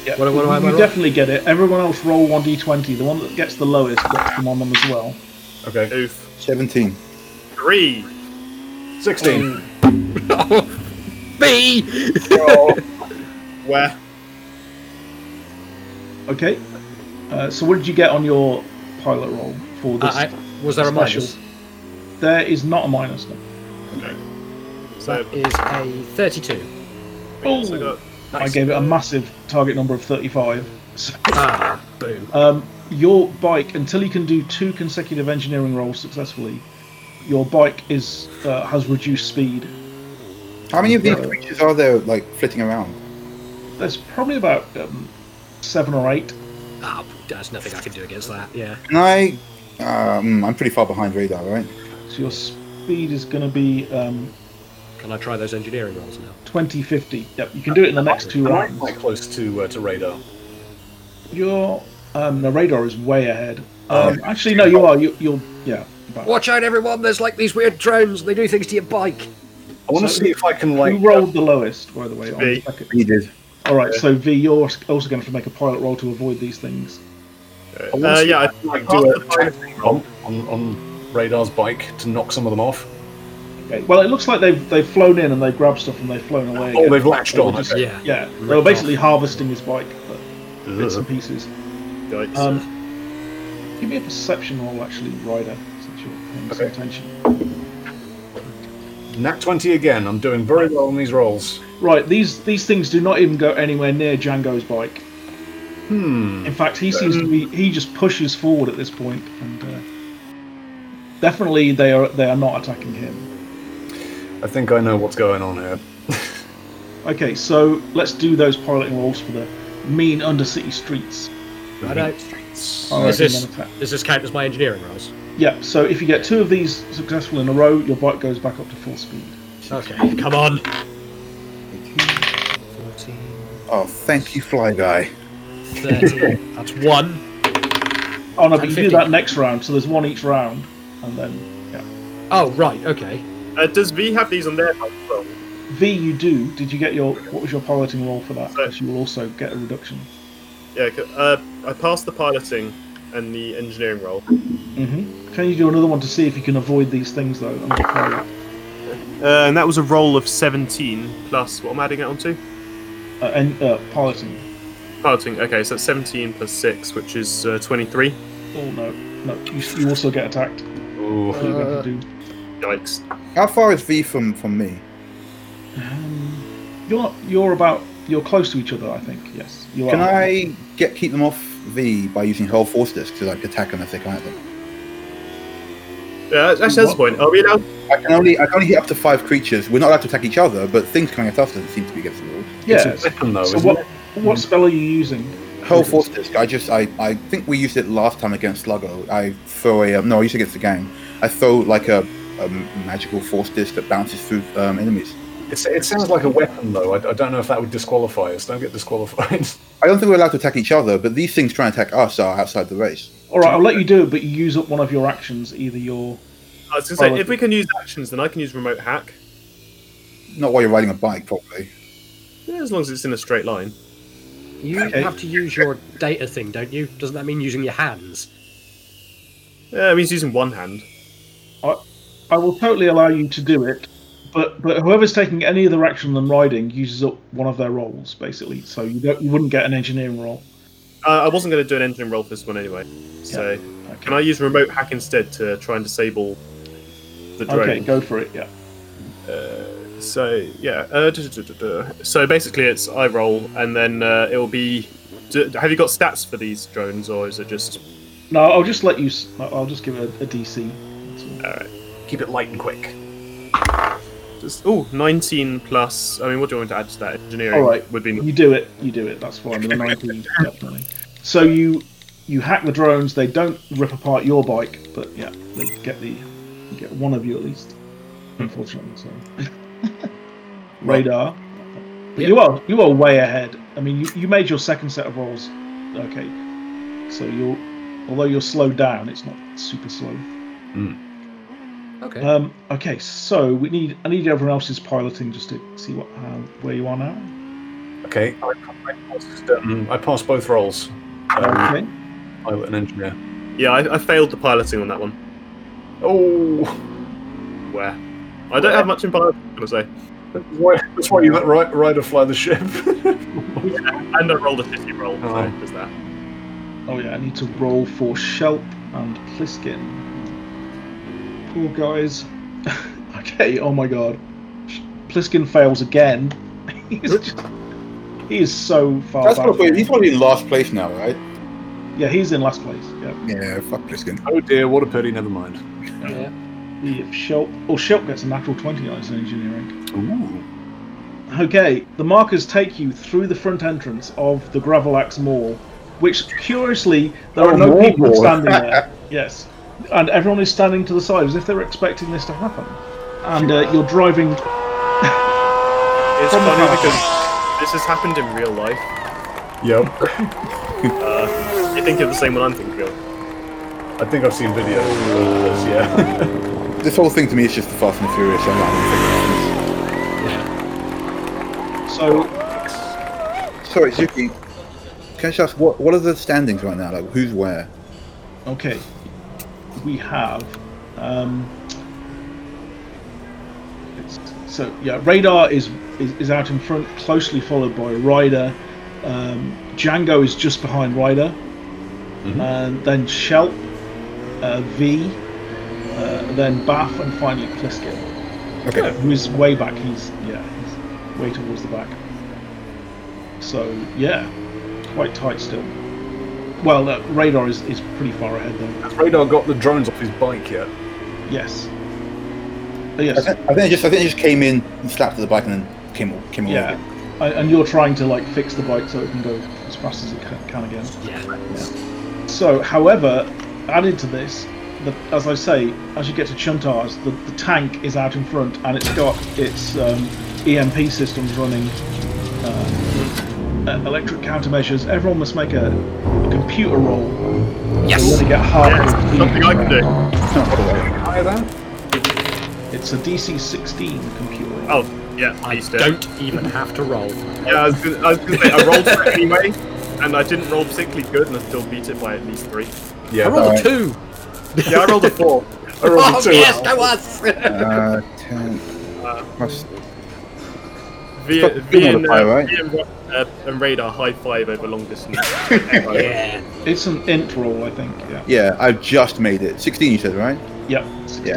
[SPEAKER 4] Yeah,
[SPEAKER 8] What- what am I-
[SPEAKER 4] you
[SPEAKER 8] what am I-
[SPEAKER 4] definitely get it. Everyone else roll one d20. The one that gets the lowest gets them on them as well.
[SPEAKER 3] Okay.
[SPEAKER 7] Oof.
[SPEAKER 6] Seventeen.
[SPEAKER 7] Three.
[SPEAKER 3] Sixteen.
[SPEAKER 8] B!
[SPEAKER 7] Where?
[SPEAKER 4] Okay. Uh, so what did you get on your pilot roll for this?
[SPEAKER 8] Uh, I, was there a
[SPEAKER 4] Special.
[SPEAKER 8] minus?
[SPEAKER 4] There is not a minus. No.
[SPEAKER 7] So
[SPEAKER 8] That is a 32.
[SPEAKER 7] means I got
[SPEAKER 4] I gave it a massive target number of 35. So,
[SPEAKER 8] Ah, boom.
[SPEAKER 4] um, your bike, until you can do two consecutive engineering rolls successfully, your bike is uh, has reduced speed.
[SPEAKER 6] How many of these creatures are there like flitting around?
[SPEAKER 4] There's probably about um, seven or eight.
[SPEAKER 8] Ah, there's nothing I can do against that, yeah.
[SPEAKER 6] Can I? Um, I'm pretty far behind radar, right?
[SPEAKER 4] So your speed is going to be um,
[SPEAKER 8] Can I try those engineering rolls now?
[SPEAKER 4] 20, 50. Yep, you can do it in the next two
[SPEAKER 3] Am I
[SPEAKER 4] rounds.
[SPEAKER 3] quite close to uh, to radar?
[SPEAKER 4] Your um, the radar is way ahead.
[SPEAKER 3] Oh.
[SPEAKER 4] Um, actually, no, you are. You, you're yeah. about-
[SPEAKER 8] Watch out, everyone! There's like these weird drones, they do things to your bike.
[SPEAKER 3] I want to see if I can like.
[SPEAKER 4] Who rolled the lowest, by the way? on
[SPEAKER 7] V.
[SPEAKER 4] the second-
[SPEAKER 6] He did.
[SPEAKER 4] All right, so V, you're also going to have to make a pilot roll to avoid these things.
[SPEAKER 3] I wanna
[SPEAKER 7] Uh,
[SPEAKER 3] see
[SPEAKER 7] yeah, I
[SPEAKER 3] if can, like
[SPEAKER 7] passed
[SPEAKER 3] do
[SPEAKER 7] the pilot
[SPEAKER 3] a on, on on radar's bike to knock some of them off.
[SPEAKER 4] Okay. Well, it looks like they've they've flown in and they've grabbed stuff and they've flown away.
[SPEAKER 3] Oh,
[SPEAKER 4] again.
[SPEAKER 3] they've latched
[SPEAKER 4] They were
[SPEAKER 3] on.
[SPEAKER 4] just-
[SPEAKER 3] okay.
[SPEAKER 8] Yeah.
[SPEAKER 4] Yeah, they were
[SPEAKER 8] Ripped
[SPEAKER 4] basically
[SPEAKER 8] off.
[SPEAKER 4] harvesting his bike, but bits and
[SPEAKER 3] Ugh.
[SPEAKER 4] pieces.
[SPEAKER 7] yikes.
[SPEAKER 4] Um, give me a perception roll, actually, Ryder, since you're paying some attention.
[SPEAKER 3] Nat twenty again. I'm doing very well on these rolls.
[SPEAKER 4] Right, these these things do not even go anywhere near Django's bike.
[SPEAKER 3] Hmm.
[SPEAKER 4] In fact, he seems to be he just pushes forward at this point, and uh, definitely they are they are not attacking him.
[SPEAKER 3] I think I know what's going on here.
[SPEAKER 4] Okay, so let's do those piloting rolls for the mean undercity streets.
[SPEAKER 8] I don't.
[SPEAKER 4] I
[SPEAKER 8] Does
[SPEAKER 4] reckon
[SPEAKER 8] this,
[SPEAKER 4] they'll attack.
[SPEAKER 8] does this count as my engineering rolls?
[SPEAKER 4] Yeah, so if you get two of these successful in a row, your bike goes back up to full speed.
[SPEAKER 8] Okay, come on.
[SPEAKER 6] Oh, thank you, Fly Guy.
[SPEAKER 8] 30. That's one.
[SPEAKER 4] Oh no, but
[SPEAKER 8] And
[SPEAKER 4] you do
[SPEAKER 8] 50.
[SPEAKER 4] that next round, so there's one each round, and then yeah.
[SPEAKER 8] Oh, right, okay.
[SPEAKER 7] Uh, does V have these on their bike as well?
[SPEAKER 4] V, you do. Did you get your what was your piloting roll for that?
[SPEAKER 7] Six.
[SPEAKER 4] Because you will also get a reduction.
[SPEAKER 7] Yeah, c- uh, I passed the piloting and the engineering roll.
[SPEAKER 4] Mm-hmm. Can you do another one to see if you can avoid these things though? on the pilot?
[SPEAKER 7] Uh, and that was a roll of 17 plus what I'm adding it onto?
[SPEAKER 4] Uh, and uh, piloting.
[SPEAKER 7] Piloting, okay, so that's 17 plus 6, which is uh, 23.
[SPEAKER 4] Oh no, no. You, you also get attacked.
[SPEAKER 3] Ooh.
[SPEAKER 4] What are you going to do?
[SPEAKER 7] Yikes.
[SPEAKER 6] How far is V from, from me?
[SPEAKER 4] Um, you're you're about you're close to each other, I think. Yes, you
[SPEAKER 6] Can
[SPEAKER 4] are.
[SPEAKER 6] I get keep them off V by using whole force discs to like attack them if they come at them?
[SPEAKER 7] Yeah, actually, that's the point. Are we allowed?
[SPEAKER 6] I can only I can only hit up to five creatures. We're not allowed to attack each other, but things coming at us doesn't seem to be against the rules.
[SPEAKER 4] Yeah.
[SPEAKER 3] It's a weapon, though,
[SPEAKER 4] So
[SPEAKER 3] Oh, isn't
[SPEAKER 4] what
[SPEAKER 3] it?
[SPEAKER 4] what spell are you using?
[SPEAKER 6] Whole force disc. I just I, I think we used it last time against Sluggo. I throw a um, no, I used it against the gang. I throw like a, a magical force disc that bounces through um, enemies.
[SPEAKER 3] It's, it sounds like a weapon, though. I, I don't know if that would disqualify us. Don't get disqualified.
[SPEAKER 6] I don't think we're allowed to attack each other, but these things trying to attack us are outside the race.
[SPEAKER 4] All right, I'll let you do it, but you use up one of your actions, either your
[SPEAKER 7] I was going to say, if we can use actions, then I can use remote hack.
[SPEAKER 6] Not while you're riding a bike, probably.
[SPEAKER 7] Yeah, as long as it's in a straight line.
[SPEAKER 8] You have to use your data thing, don't you? Doesn't that mean using your hands?
[SPEAKER 7] Yeah, I mean, he's using one hand.
[SPEAKER 4] I will totally allow you to do it, but but whoever's taking any other action than riding uses up one of their rolls basically. So you don't you wouldn't get an engineering roll.
[SPEAKER 7] Uh, I wasn't going to do an engineering roll for this one anyway. So,
[SPEAKER 4] Okay.
[SPEAKER 7] can I use remote hack instead to try and disable the drone?
[SPEAKER 4] Okay, go for it. Yeah.
[SPEAKER 7] So yeah, uh, duh, duh, duh, duh, duh. so basically it's I roll and then uh, it will be. Do, have you got stats for these drones or is it just?
[SPEAKER 4] No, I'll just let you. s- I'll I'll just give it a, a DC. That's all.
[SPEAKER 3] Keep it light and quick.
[SPEAKER 7] just oh, 19 plus. I mean, what do you want me to add to that? Engineering
[SPEAKER 4] All right.
[SPEAKER 7] would be.
[SPEAKER 4] You do it. You do it. That's fine. With a 19, definitely. So you you hack the drones. They don't rip apart your bike, but yeah, they get the you get one of you at least. Unfortunately, so radar. But you are you are way ahead. I mean, you, you made your second set of rolls. Okay, so you're although you're slowed down, it's not super slow.
[SPEAKER 5] Okay.
[SPEAKER 4] Um, okay, so we need I need everyone else's piloting just to see what how where you are now.
[SPEAKER 3] Okay. I, I, passed, um, I passed both roles. Um,
[SPEAKER 4] Okay.
[SPEAKER 3] pilot and engineer.
[SPEAKER 7] Yeah, I, I failed the piloting on that one.
[SPEAKER 3] Oh,
[SPEAKER 7] Where? I don't have much in piloting. I'm gonna say,
[SPEAKER 3] that's why, that's why you let Ry- Ryder fly the ship.
[SPEAKER 7] and I rolled a 50 roll. So
[SPEAKER 3] Alright.
[SPEAKER 7] there's that.
[SPEAKER 4] Oh yeah, I need to roll for Shelp and Pliskin. Poor guys. okay, oh my god. Sh- Pliskin fails again. He's just, he is so far
[SPEAKER 6] That's
[SPEAKER 4] back.
[SPEAKER 6] probably he's probably in last place now, right?
[SPEAKER 4] Yeah, he's in last place. Yeah.
[SPEAKER 6] Yeah, fuck Pliskin.
[SPEAKER 3] oh dear, what a pity. Never mind.
[SPEAKER 4] If Shelp or Shelp oh, gets a natural twenty on his engineering.
[SPEAKER 3] Ooh.
[SPEAKER 4] Okay, the markers take you through the front entrance of the Gravelax Mall, which curiously there are
[SPEAKER 6] Oh,
[SPEAKER 4] no
[SPEAKER 6] Mall
[SPEAKER 4] people
[SPEAKER 6] Mall.
[SPEAKER 4] standing there. Yes. And everyone is standing to the side as if they were expecting this to happen. And uh, you're driving
[SPEAKER 7] It's
[SPEAKER 4] From the
[SPEAKER 7] funny
[SPEAKER 4] piloting.
[SPEAKER 7] because this has happened in real life.
[SPEAKER 3] Yep.
[SPEAKER 7] You think of the same one I'm thinking of.
[SPEAKER 3] I think I've seen videos of this, yeah.
[SPEAKER 6] This whole thing to me is just the Fast and the Furious. I'm not even thinking about
[SPEAKER 4] So
[SPEAKER 6] this. Sorry, Zuki. Can I just ask what what are the standings right now? Like who's where?
[SPEAKER 4] okay, we have. Um, it's, so yeah, radar is, is is out in front, closely followed by Ryder. Um, Django is just behind Ryder, and then Shelp, uh, V, uh, then Baff, and finally Pliskin,
[SPEAKER 6] Okay.
[SPEAKER 4] who is way back. He's yeah, he's way towards the back. So yeah, quite tight still. Well, uh, radar is, is pretty far ahead though.
[SPEAKER 3] Has Radar got the drones off his bike yet?
[SPEAKER 4] Yes. Uh,
[SPEAKER 6] I
[SPEAKER 4] Yes.
[SPEAKER 6] think, I think it just I think it just came in and slapped at the bike and then came came away.
[SPEAKER 4] Yeah. I, and you're trying to like fix the bike so it can go as fast as it ca- can again. So, however, added to this, the, as I say, as you get to Chuntars, the, the tank is out in front and it's got its um, EMP systems running, uh, uh, electric countermeasures. Everyone must make a, a computer roll.
[SPEAKER 8] Yes.
[SPEAKER 4] To get hard.
[SPEAKER 7] Yes, something I can do.
[SPEAKER 3] Higher than?
[SPEAKER 4] It's a DC 16 computer. roll.
[SPEAKER 7] Oh, yeah, I used it.
[SPEAKER 8] Don't even have to roll.
[SPEAKER 7] Yeah, I was gonna, I was gonna say, I rolled for it anyway, and I didn't roll particularly good, and I still beat it by at least three.
[SPEAKER 8] I
[SPEAKER 3] Yeah.
[SPEAKER 8] rolled
[SPEAKER 6] Alright.
[SPEAKER 8] a two.
[SPEAKER 7] Yeah, I rolled a four.
[SPEAKER 3] I rolled a two.
[SPEAKER 5] go us!
[SPEAKER 6] Uh, ten, plus-
[SPEAKER 7] V,
[SPEAKER 6] Fuck,
[SPEAKER 7] v, and,
[SPEAKER 6] modifier,
[SPEAKER 7] uh,
[SPEAKER 6] right?
[SPEAKER 7] v and, uh, and radar high five over long distance.
[SPEAKER 8] Yeah.
[SPEAKER 4] It's an int roll, I think. Yeah.
[SPEAKER 6] yeah, I've just made it. Sixteen, you said, right?
[SPEAKER 4] Yep. 16.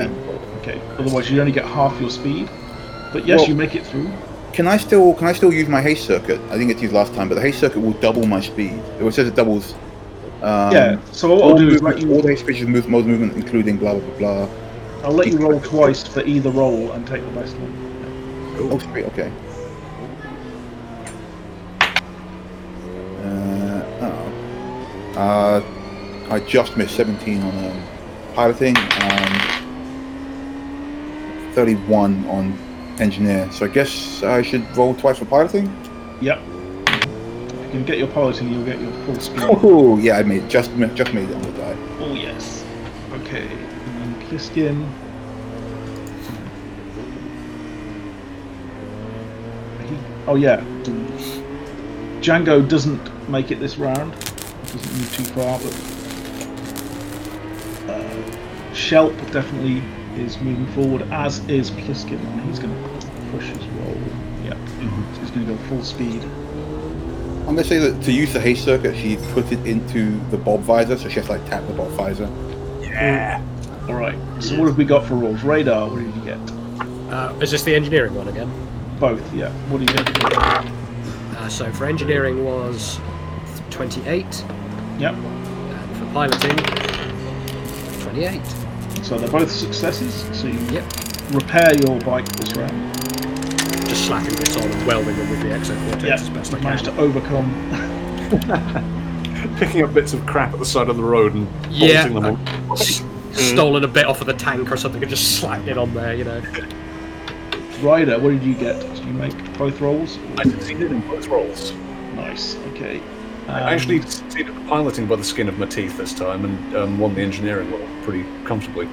[SPEAKER 4] Okay. Otherwise, you only get half your speed. But yes,
[SPEAKER 6] Well-
[SPEAKER 4] you make it through.
[SPEAKER 6] Can I still can I still use my haste circuit? I think it's used last time, but the haste circuit will double my speed. It says it doubles. Um,
[SPEAKER 4] yeah. So what
[SPEAKER 6] All,
[SPEAKER 4] I'll do is
[SPEAKER 6] movement,
[SPEAKER 4] let you
[SPEAKER 6] all haste creatures move mode movement, including blah blah blah.
[SPEAKER 4] I'll let you roll twice for either roll and take the best one.
[SPEAKER 6] blah. Oh, sweet. Okay. Uh, oh. Uh, I just missed 17 on um, piloting and 31 um, on engineer. So I guess I should roll twice for piloting.
[SPEAKER 4] Yep. If you can get your piloting, you'll get your full speed. Oh,
[SPEAKER 6] Oh yeah, I made it. Just ma- just made it on the die.
[SPEAKER 4] yes. Okay. And then Pliskin. He- Oh yeah. Django doesn't make it this round. Doesn't move too far, but uh, Shelp definitely is moving forward, as is Pliskin, and he's going to push his roll. Yep. So he's going to go full speed.
[SPEAKER 6] I'm gonna say that to use the haste circuit, she put it into the bob visor, so she has to like tap the bob visor.
[SPEAKER 4] All right. So what have we got for rolls? Radar. What did you get?
[SPEAKER 8] Uh, is this the engineering one again?
[SPEAKER 4] Both. Yeah. What do you get?
[SPEAKER 8] Uh, so for engineering was 28,
[SPEAKER 4] Yep.
[SPEAKER 8] and for piloting, 28.
[SPEAKER 4] So they're both successes. So you
[SPEAKER 8] Yep.
[SPEAKER 4] repair your bike this round.
[SPEAKER 8] Just slapping bits on and welding them with the exocortex as best I
[SPEAKER 4] You've
[SPEAKER 8] can.
[SPEAKER 4] managed to overcome.
[SPEAKER 3] Picking up bits of crap at the side of the road and
[SPEAKER 8] Yeah.
[SPEAKER 3] bolting them on.
[SPEAKER 8] S- Stolen a bit off of the tank or something and just slapped it on there, you know.
[SPEAKER 4] Ryder. What did you get? Did you make both rolls?
[SPEAKER 3] I succeeded in both rolls.
[SPEAKER 4] Nice. Okay. Um,
[SPEAKER 3] I actually succeeded at piloting by the skin of my teeth this time and um, won the engineering role pretty comfortably.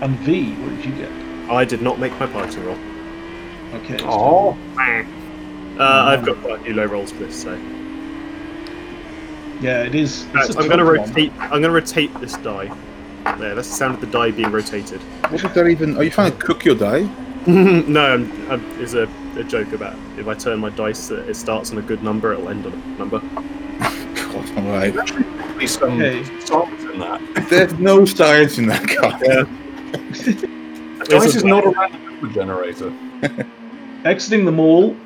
[SPEAKER 4] And V. What did you get?
[SPEAKER 7] I did not make my piloting roll.
[SPEAKER 4] Okay.
[SPEAKER 3] Oh,
[SPEAKER 7] Uh, I've got quite a few low rolls for this, so
[SPEAKER 4] Yeah. It is.
[SPEAKER 7] Uh,
[SPEAKER 4] it's a
[SPEAKER 7] I'm going to
[SPEAKER 4] tough one.
[SPEAKER 7] rotate. I'm going to rotate this die. There, that's the sound of the die being rotated.
[SPEAKER 6] What is that even? Are you trying to cook your die?
[SPEAKER 7] no, I'm, I'm, there's a, a joke about if I turn my dice, uh, it starts on a good number, it'll end on a number.
[SPEAKER 6] God, all right.
[SPEAKER 3] probably some
[SPEAKER 4] Okay.
[SPEAKER 3] science in that.
[SPEAKER 6] There's no science in that guy.
[SPEAKER 3] Dice is not a random number generator.
[SPEAKER 4] Exiting the mall,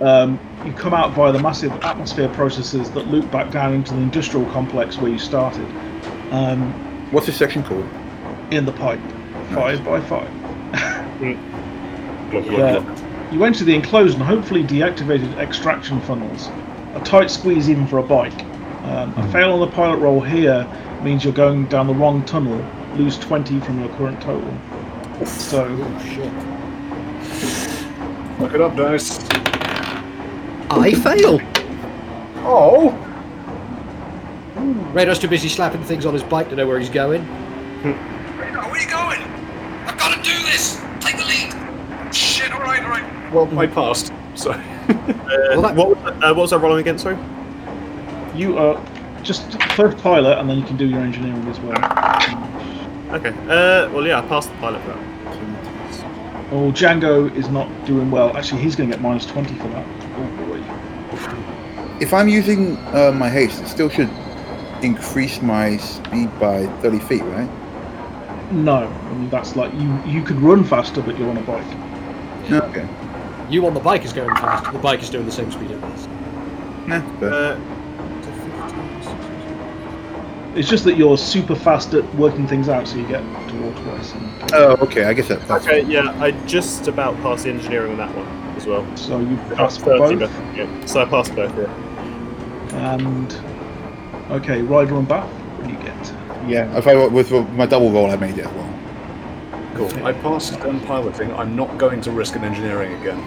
[SPEAKER 4] um, you come out via the massive atmosphere processes that loop back down into the industrial complex where you started. Um,
[SPEAKER 6] What's this section called?
[SPEAKER 4] in the pipe, five by five. Mm.
[SPEAKER 3] Blah, blah,
[SPEAKER 4] Yeah.
[SPEAKER 3] blah.
[SPEAKER 4] You enter the enclosed and hopefully deactivated extraction funnels. A tight squeeze even for a bike. Um, a fail on the pilot roll here means you're going down the wrong tunnel. Lose 20 from your current total. So,
[SPEAKER 3] Look it up, dice.
[SPEAKER 5] I fail.
[SPEAKER 3] Oh,
[SPEAKER 5] Radar's too busy slapping things on his bike to know where he's going.
[SPEAKER 10] Radar, where are you going? I've got to do this! Take the lead! Shit, alright, alright.
[SPEAKER 3] well, I passed. So
[SPEAKER 5] Well,
[SPEAKER 7] Uh,
[SPEAKER 5] that-
[SPEAKER 7] what, was, uh, what was I rolling against? Sorry.
[SPEAKER 4] you are just first pilot and then you can do your engineering as well.
[SPEAKER 7] Okay. Uh, well, yeah, I passed the pilot for that.
[SPEAKER 4] Oh, Django is not doing well. Actually, he's going to get minus 20 for that. Oh boy.
[SPEAKER 6] If I'm using uh, my haste, it still should increase my speed by 30 feet, right?
[SPEAKER 4] No, I mean, that's like you, you could run faster, but you're on a bike.
[SPEAKER 6] No. Okay.
[SPEAKER 8] You on the bike is going fast, the bike is doing the same speed it was.
[SPEAKER 6] Nah, but
[SPEAKER 7] Uh,
[SPEAKER 4] It's just that you're super fast at working things out, so you get to roll twice. And
[SPEAKER 6] Oh, okay. I guess that, that's
[SPEAKER 7] Okay, yeah, I just about passed the engineering on that one as well.
[SPEAKER 4] so you pass
[SPEAKER 7] That's
[SPEAKER 4] for
[SPEAKER 7] 30,
[SPEAKER 4] both.
[SPEAKER 7] but- yeah, So I passed both, yeah.
[SPEAKER 4] And okay, Ryder and Bath, what do you get?
[SPEAKER 6] yeah. If I wa- with my double roll, I made it. Well,
[SPEAKER 3] Cool. I passed um, piloting. I'm not going to risk an engineering again.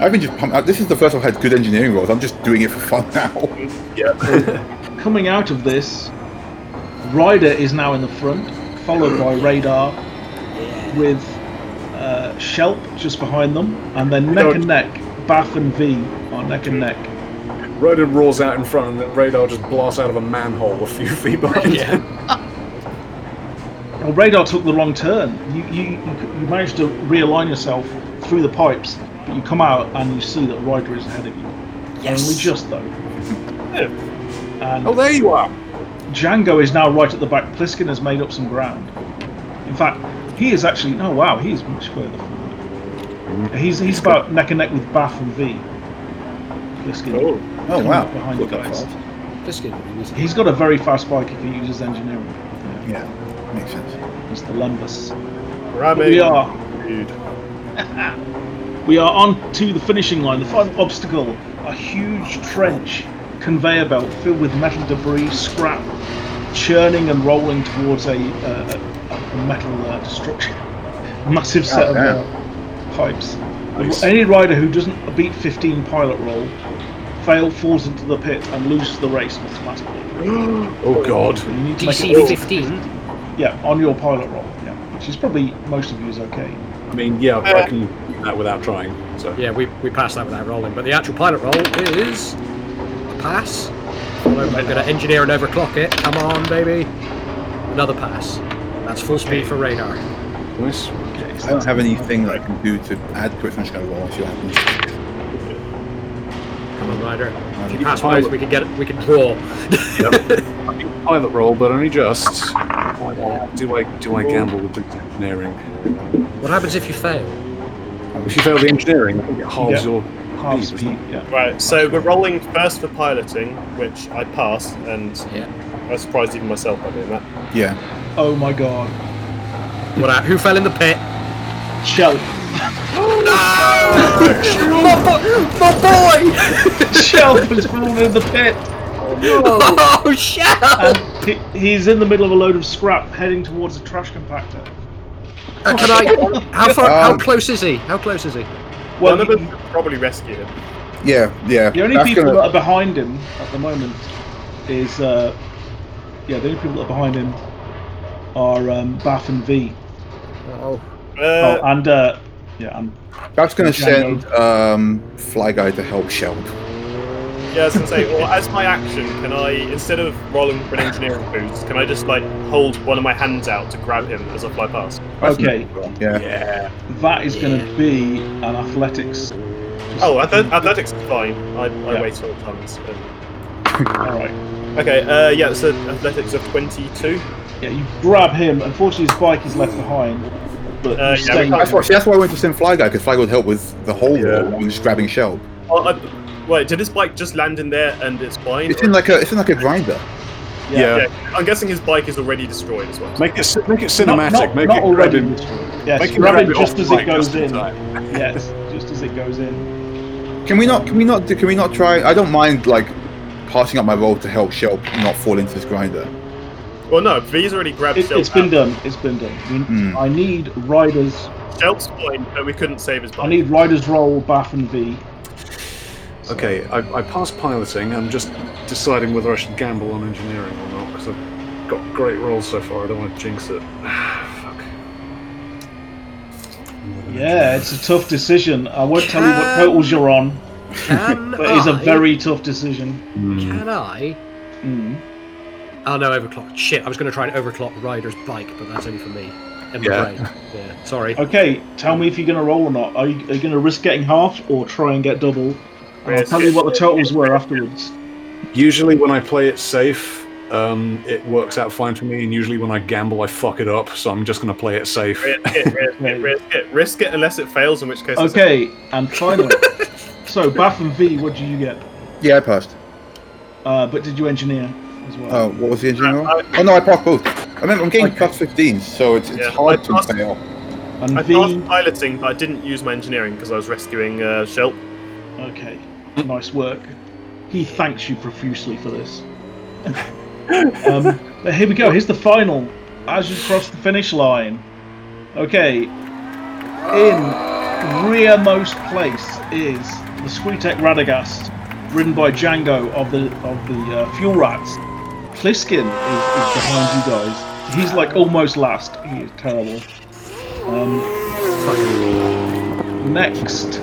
[SPEAKER 6] I can just pump out. This is the first I've had good engineering rolls. I'm just doing it for fun now.
[SPEAKER 4] Coming out of this, Ryder is now in the front, followed by Radar, with uh, Shelp just behind them, and then neck and neck, Bath and V are neck and neck.
[SPEAKER 3] Rodan roars out in front, and the radar just blasts out of a manhole a few feet behind. Yeah.
[SPEAKER 4] Well, radar took the wrong turn. You you, you, you managed to realign yourself through the pipes, but you come out and you see that Ryder is ahead of you. Only just though. And
[SPEAKER 3] Oh, there you are.
[SPEAKER 4] Django is now right at the back. Pliskin has made up some ground. In fact, he is actually. Oh wow, he is much further forward. He's he's about neck and neck with Bath and V. Pliskin.
[SPEAKER 6] Oh wow.
[SPEAKER 4] Behind you
[SPEAKER 6] Look at
[SPEAKER 4] guys.
[SPEAKER 6] that.
[SPEAKER 5] Just give me this.
[SPEAKER 4] He's got a very fast bike if he uses engineering.
[SPEAKER 6] Yeah, makes sense.
[SPEAKER 4] It's the Lumbus.
[SPEAKER 7] Rabbit.
[SPEAKER 4] We are
[SPEAKER 7] Dude.
[SPEAKER 4] We are on to the finishing line, the final obstacle, a huge trench conveyor belt filled with metal debris, scrap, churning and rolling towards a, uh, a, a metal uh, destruction. Massive set of uh, pipes. Any rider who doesn't beat 15 pilot roll fail falls into the pit and loses the race automatically.
[SPEAKER 3] Oh God.
[SPEAKER 4] You need to make it
[SPEAKER 2] DC 15.
[SPEAKER 4] yeah on your pilot roll. Yeah, which is probably most of you is okay.
[SPEAKER 3] I mean, yeah, I can do that without trying. So
[SPEAKER 8] Yeah, we, we passed that without rolling, but the actual pilot roll is a pass. Followed by- I'm going to engineer and overclock it. Come on, baby. Another pass. That's full speed for radar.
[SPEAKER 3] nice.
[SPEAKER 6] I don't have anything that I can do to add to it. so I'm just going to roll and see what happens.
[SPEAKER 8] Come on, Ryder. If you
[SPEAKER 3] you
[SPEAKER 8] pass
[SPEAKER 3] pilot-
[SPEAKER 8] both, we can get it. We can draw.
[SPEAKER 3] Pilot roll, but only just. Do I do I gamble with the engineering?
[SPEAKER 8] What happens if you fail?
[SPEAKER 3] If you fail the engineering, I think it halves
[SPEAKER 4] Yeah.
[SPEAKER 3] your
[SPEAKER 4] Half
[SPEAKER 3] speed, doesn't
[SPEAKER 4] speed.
[SPEAKER 3] it?
[SPEAKER 4] Yeah.
[SPEAKER 7] Right, so we're rolling first for piloting, which I passed, and
[SPEAKER 5] Yeah.
[SPEAKER 7] I was surprised even myself by doing that.
[SPEAKER 6] Yeah.
[SPEAKER 4] Oh my god.
[SPEAKER 8] What? hap- Who fell in the pit?
[SPEAKER 4] Shell. Shelp has fallen in the pit.
[SPEAKER 5] Oh, shit!
[SPEAKER 4] And he, he's in the middle of a load of scrap heading towards a trash compactor.
[SPEAKER 8] Uh, Can I? How far? how
[SPEAKER 6] Um,
[SPEAKER 8] close is he? How close is he?
[SPEAKER 4] Well,
[SPEAKER 7] One of
[SPEAKER 4] he-
[SPEAKER 7] them could probably rescue him.
[SPEAKER 6] Yeah. Yeah.
[SPEAKER 4] the only
[SPEAKER 6] That's
[SPEAKER 4] people
[SPEAKER 6] gonna-
[SPEAKER 4] that are behind him at the moment is. Uh, yeah, the only people that are behind him are um, Baff and V.
[SPEAKER 8] Oh,
[SPEAKER 4] Oh,
[SPEAKER 7] Uh,
[SPEAKER 4] and. Uh, yeah, and.
[SPEAKER 6] That's going to
[SPEAKER 4] Yeah,
[SPEAKER 6] send um, Fly Guy to help Sheld.
[SPEAKER 7] yeah, I was gonna say, or as my action, can I, instead of rolling for an engineering boost, can I just like hold one of my hands out to grab him as I fly past?
[SPEAKER 4] Okay,
[SPEAKER 6] Yeah.
[SPEAKER 4] that is going to be an athletics.
[SPEAKER 7] Oh, ath- athletics is fine. I, I
[SPEAKER 4] Mm-hmm. Yeah.
[SPEAKER 7] wait till it comes. um,
[SPEAKER 4] Alright.
[SPEAKER 7] Okay, uh, yeah, so athletics of 22.
[SPEAKER 4] Yeah, you grab him. Unfortunately, his bike is left behind. But
[SPEAKER 7] Uh,
[SPEAKER 4] you
[SPEAKER 7] yeah,
[SPEAKER 4] stay-
[SPEAKER 7] we
[SPEAKER 6] That's why. See, that's why I went to send Fly Guy because Fly Guy would help with the whole
[SPEAKER 3] Yeah.
[SPEAKER 6] roll and just grabbing Sheld.
[SPEAKER 7] Oh, I, wait, did his bike just land in there and it's fine?
[SPEAKER 6] It's in like a. It's in like a grinder.
[SPEAKER 3] Yeah.
[SPEAKER 7] Yeah, I'm guessing his bike is already destroyed as well.
[SPEAKER 3] Make it c- make it
[SPEAKER 4] Not-
[SPEAKER 3] cinematic.
[SPEAKER 4] not-
[SPEAKER 3] make
[SPEAKER 4] not
[SPEAKER 3] it
[SPEAKER 4] already.
[SPEAKER 3] grabbing-
[SPEAKER 4] Yes,
[SPEAKER 3] make it
[SPEAKER 4] grab
[SPEAKER 3] grab
[SPEAKER 4] it
[SPEAKER 3] it
[SPEAKER 4] just
[SPEAKER 3] off
[SPEAKER 4] as
[SPEAKER 3] the
[SPEAKER 4] it
[SPEAKER 3] bike
[SPEAKER 4] goes
[SPEAKER 3] just in
[SPEAKER 4] in.
[SPEAKER 3] time.
[SPEAKER 4] yes, just as it goes in.
[SPEAKER 6] Can we not? Can we not? do- Can we not try? I don't mind like passing up my roll to help Sheld not fall into this grinder.
[SPEAKER 7] Well, no, V's already grabbed
[SPEAKER 4] It,
[SPEAKER 7] Shelp.
[SPEAKER 4] it's been done. It's been done. You-
[SPEAKER 6] Hmm.
[SPEAKER 4] I need riders.
[SPEAKER 7] Shelp's fine, but we couldn't save his bike.
[SPEAKER 4] I need riders roll Baff and V.
[SPEAKER 3] Okay, I, I passed piloting. I'm just deciding whether I should gamble on engineering or not because I've got great rolls so far. I don't want to jinx it. Fuck.
[SPEAKER 4] Yeah, it's a tough decision. I won't tell you what totals you're on,
[SPEAKER 8] can
[SPEAKER 4] but it's a
[SPEAKER 8] I-
[SPEAKER 4] very tough decision.
[SPEAKER 8] Can I?
[SPEAKER 4] Mm.
[SPEAKER 8] Oh no, overclock. Shit, I was going to try and overclock Ryder's bike, but that's only for me. In my
[SPEAKER 3] Yeah.
[SPEAKER 8] brain. Yeah. Sorry.
[SPEAKER 4] Okay, tell me if you're going to roll or not. Are you, are you going to risk getting half or try and get double? And I'll tell you what the totals were afterwards.
[SPEAKER 3] Usually, when I play it safe, um, it works out fine for me. And usually, when I gamble, I fuck it up. So I'm just going to play it safe.
[SPEAKER 7] Risk it, risk it, risk it, risk it unless it fails, in which case. it's-
[SPEAKER 4] Okay, and finally. so, Baff and V, what did you get?
[SPEAKER 6] Yeah, I passed.
[SPEAKER 4] Uh, but did you engineer? as well.
[SPEAKER 6] Oh, what was the
[SPEAKER 7] Uh,
[SPEAKER 6] engineering roll? Oh no, I passed both. I mean, I'm getting plus 15, so it's, it's
[SPEAKER 7] Yeah,
[SPEAKER 6] hard
[SPEAKER 7] I
[SPEAKER 6] to
[SPEAKER 7] passed-
[SPEAKER 6] fail.
[SPEAKER 4] and
[SPEAKER 7] I
[SPEAKER 4] V.
[SPEAKER 7] passed piloting, but I didn't use my engineering because I was rescuing uh, Shelp.
[SPEAKER 4] Okay, nice work. He thanks you profusely for this. um, but here we go. Here's the final. As you cross the finish line. Okay. In rearmost place is the Squeetek Radagast, ridden by Django of the of the uh, Fuel Rats. Pliskin is, is behind you guys. He's like almost last. He is terrible. Um, Next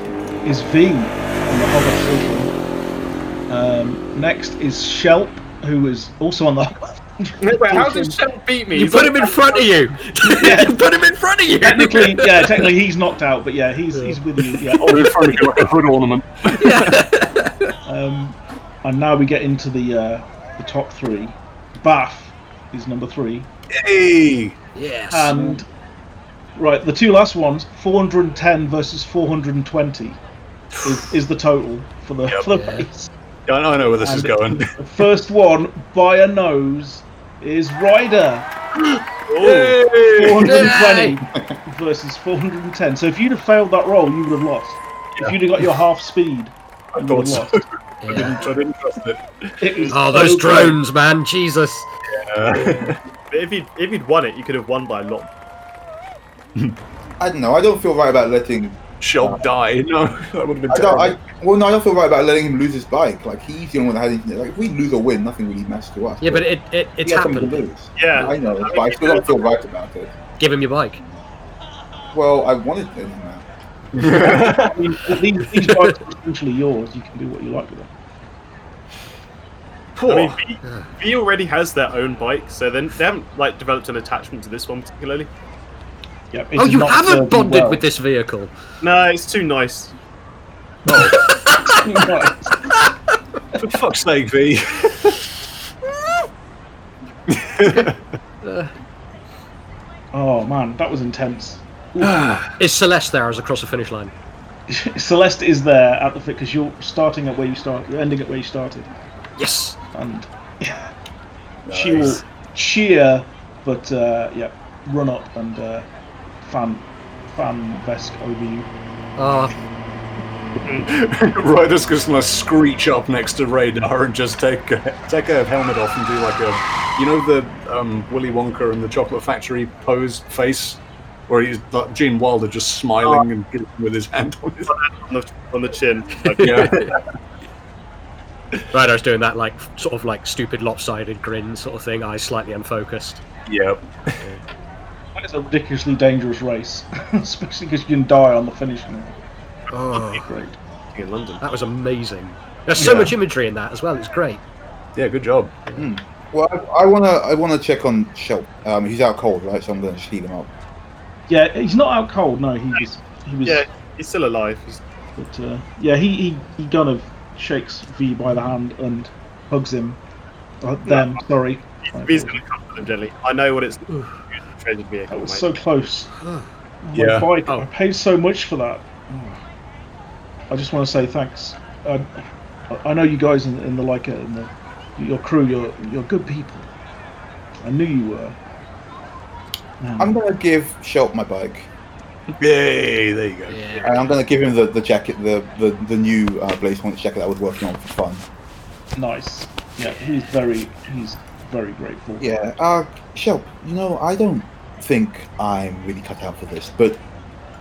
[SPEAKER 4] is V on the hover children. Um, next is Shelp, who is also on the
[SPEAKER 11] Wait, how does Shem beat me?
[SPEAKER 8] You put him in front of you. you put him in front of you.
[SPEAKER 4] technically, yeah, technically he's knocked out, but yeah, he's he's with you. Yeah.
[SPEAKER 3] Oh, in front of you like a hood ornament.
[SPEAKER 4] Um, and now we get into the uh, the top three. Bath is number three,
[SPEAKER 3] Hey!
[SPEAKER 8] Yes.
[SPEAKER 4] and right the two last ones, 410 versus 420, is, is the total for the for the
[SPEAKER 8] Yeah.
[SPEAKER 4] race.
[SPEAKER 3] I know, I know where this is
[SPEAKER 4] And-
[SPEAKER 3] going.
[SPEAKER 4] The first one by a nose is Ryder.
[SPEAKER 3] Oh,
[SPEAKER 4] 420 versus 410. So if you'd have failed that roll, you would have lost. If you'd have got your half speed,
[SPEAKER 3] I
[SPEAKER 4] you
[SPEAKER 3] thought
[SPEAKER 4] would have
[SPEAKER 3] so.
[SPEAKER 4] lost.
[SPEAKER 3] I didn't, I didn't trust it.
[SPEAKER 4] It was
[SPEAKER 8] oh, those
[SPEAKER 4] so close.
[SPEAKER 8] drones, man. Jesus.
[SPEAKER 3] Uh,
[SPEAKER 7] But if you'd, if you'd won it, you could have won by a lot.
[SPEAKER 6] I don't know. I don't feel right about letting.
[SPEAKER 3] Shelp die. Uh, No, that would have been
[SPEAKER 6] I don't.
[SPEAKER 3] terrible.
[SPEAKER 6] I, well, no, I don't feel right about letting him lose his bike. Like he's the only one that had anything. Like if we lose or win, nothing really matters to us.
[SPEAKER 8] Yeah, but it, it
[SPEAKER 6] he
[SPEAKER 8] it's
[SPEAKER 6] had something
[SPEAKER 8] happened.
[SPEAKER 6] To lose.
[SPEAKER 7] Yeah.
[SPEAKER 6] I know, but I still don't feel right about it.
[SPEAKER 8] Give him your bike.
[SPEAKER 6] Well, I wanted to. Man.
[SPEAKER 4] I mean, these, these bikes are essentially yours. You can do what you like with them.
[SPEAKER 7] I mean, V, v already has their own bike, so then they haven't like developed an attachment to this one particularly.
[SPEAKER 4] Yep,
[SPEAKER 8] oh, you haven't bonded with this vehicle.
[SPEAKER 7] No, it's too nice.
[SPEAKER 4] this.
[SPEAKER 3] For fuck's sake, V.
[SPEAKER 4] oh man, that was intense.
[SPEAKER 8] Is Celeste there as across the finish line?
[SPEAKER 4] Celeste is there at the fit because you're starting at where you started, you're ending at where you started,
[SPEAKER 8] Yes.
[SPEAKER 4] and she will cheer, but uh, yeah, run up and uh, fan fan Vesk over you.
[SPEAKER 8] Ah,
[SPEAKER 3] Ryder's just gonna screech up next to radar and just take a, take her helmet off and do like a, you know, the um, Willy Wonka and the Chocolate Factory pose face, where he's like Gene Wilder just smiling and giving with his hand on his.
[SPEAKER 7] On the, on the chin. Like,
[SPEAKER 3] Yeah,
[SPEAKER 8] Radar's doing that like sort of like stupid lopsided grin sort of thing. Eyes slightly unfocused.
[SPEAKER 3] yeah.
[SPEAKER 4] That is a ridiculously dangerous race, especially because you can die on the finish line.
[SPEAKER 8] Oh,
[SPEAKER 4] Great.
[SPEAKER 7] in London.
[SPEAKER 8] that was amazing. There's so
[SPEAKER 3] Yeah.
[SPEAKER 8] much imagery in that as well. It's great.
[SPEAKER 3] Yeah, good job.
[SPEAKER 6] Well, I, I wanna. I wanna check on Shelp. Um, he's out cold, right? So I'm gonna heat him up.
[SPEAKER 4] Yeah, he's not out cold. No, he was. He was.
[SPEAKER 7] Yeah, he's still alive. He's,
[SPEAKER 4] But, uh, yeah, he, he he kind of shakes V by the hand and hugs him. Uh, them, sorry.
[SPEAKER 7] V's going to comfort them gently. I know what it's. Traded vehicle,
[SPEAKER 4] That was
[SPEAKER 7] mate.
[SPEAKER 4] so close.
[SPEAKER 3] Yeah.
[SPEAKER 4] My bike.
[SPEAKER 8] Oh.
[SPEAKER 4] I paid so much for that. I just want to say thanks. I, I know you guys in, in the like uh, in the, your crew. You're you're good people. I knew you were. Um,
[SPEAKER 6] I'm gonna give Shelp my bike,
[SPEAKER 3] Yay! There you go.
[SPEAKER 8] Yeah.
[SPEAKER 6] and I'm gonna give him the, the jacket, the the, the new uh, Blaze Point jacket that I was working on for fun.
[SPEAKER 4] Nice. Yeah, he's very he's very grateful.
[SPEAKER 6] Yeah, uh, Shelp, you know, I don't think I'm really cut out for this, but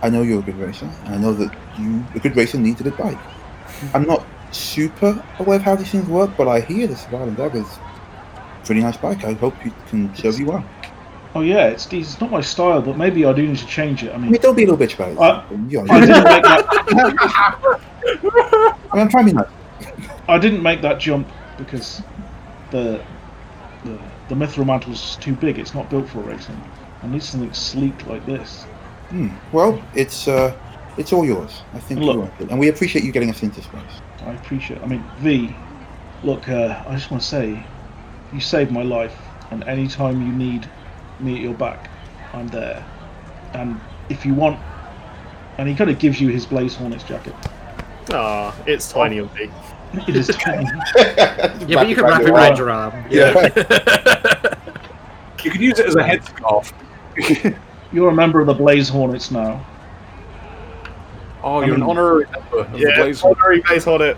[SPEAKER 6] I know you're a good racer, and I know that you, a good racer needs a good bike.
[SPEAKER 4] Hmm.
[SPEAKER 6] I'm not super aware of how these things work, but I hear the Surviving Dagger's pretty nice bike. I hope it can serve you well.
[SPEAKER 4] Oh yeah, it's it's not my style, but maybe I do need to change it. I
[SPEAKER 6] I
[SPEAKER 4] mean,
[SPEAKER 6] mean, don't be a little bitch about it.
[SPEAKER 4] Uh,
[SPEAKER 6] You know,
[SPEAKER 4] I
[SPEAKER 6] I
[SPEAKER 4] didn't make that
[SPEAKER 6] mean, I'm trying to be nice.
[SPEAKER 4] I didn't make that jump because the the the mithril mantle is too big. It's not built for racing. I need something sleek like this.
[SPEAKER 6] Hmm. Well, it's uh, it's all yours. I think you
[SPEAKER 4] Look.
[SPEAKER 6] want it, and we appreciate you getting us into space.
[SPEAKER 4] I appreciate. I mean, V, look, uh, I just want to say, you saved my life, and any time you need me at your back, I'm there. And if you want, and he kind of gives you his blaze hornets jacket.
[SPEAKER 7] Ah, it's tiny on V.
[SPEAKER 4] It is tiny.
[SPEAKER 8] Yeah, but you can wrap it around your arm.
[SPEAKER 6] Yeah.
[SPEAKER 3] you could use it as a headscarf.
[SPEAKER 4] You're a member of the Blaze Hornets now.
[SPEAKER 3] Oh,
[SPEAKER 4] I
[SPEAKER 3] you're an
[SPEAKER 4] mean-
[SPEAKER 3] honorary member of the
[SPEAKER 7] Yeah,
[SPEAKER 3] Blaze Hall.
[SPEAKER 7] honorary Blaze Hornet.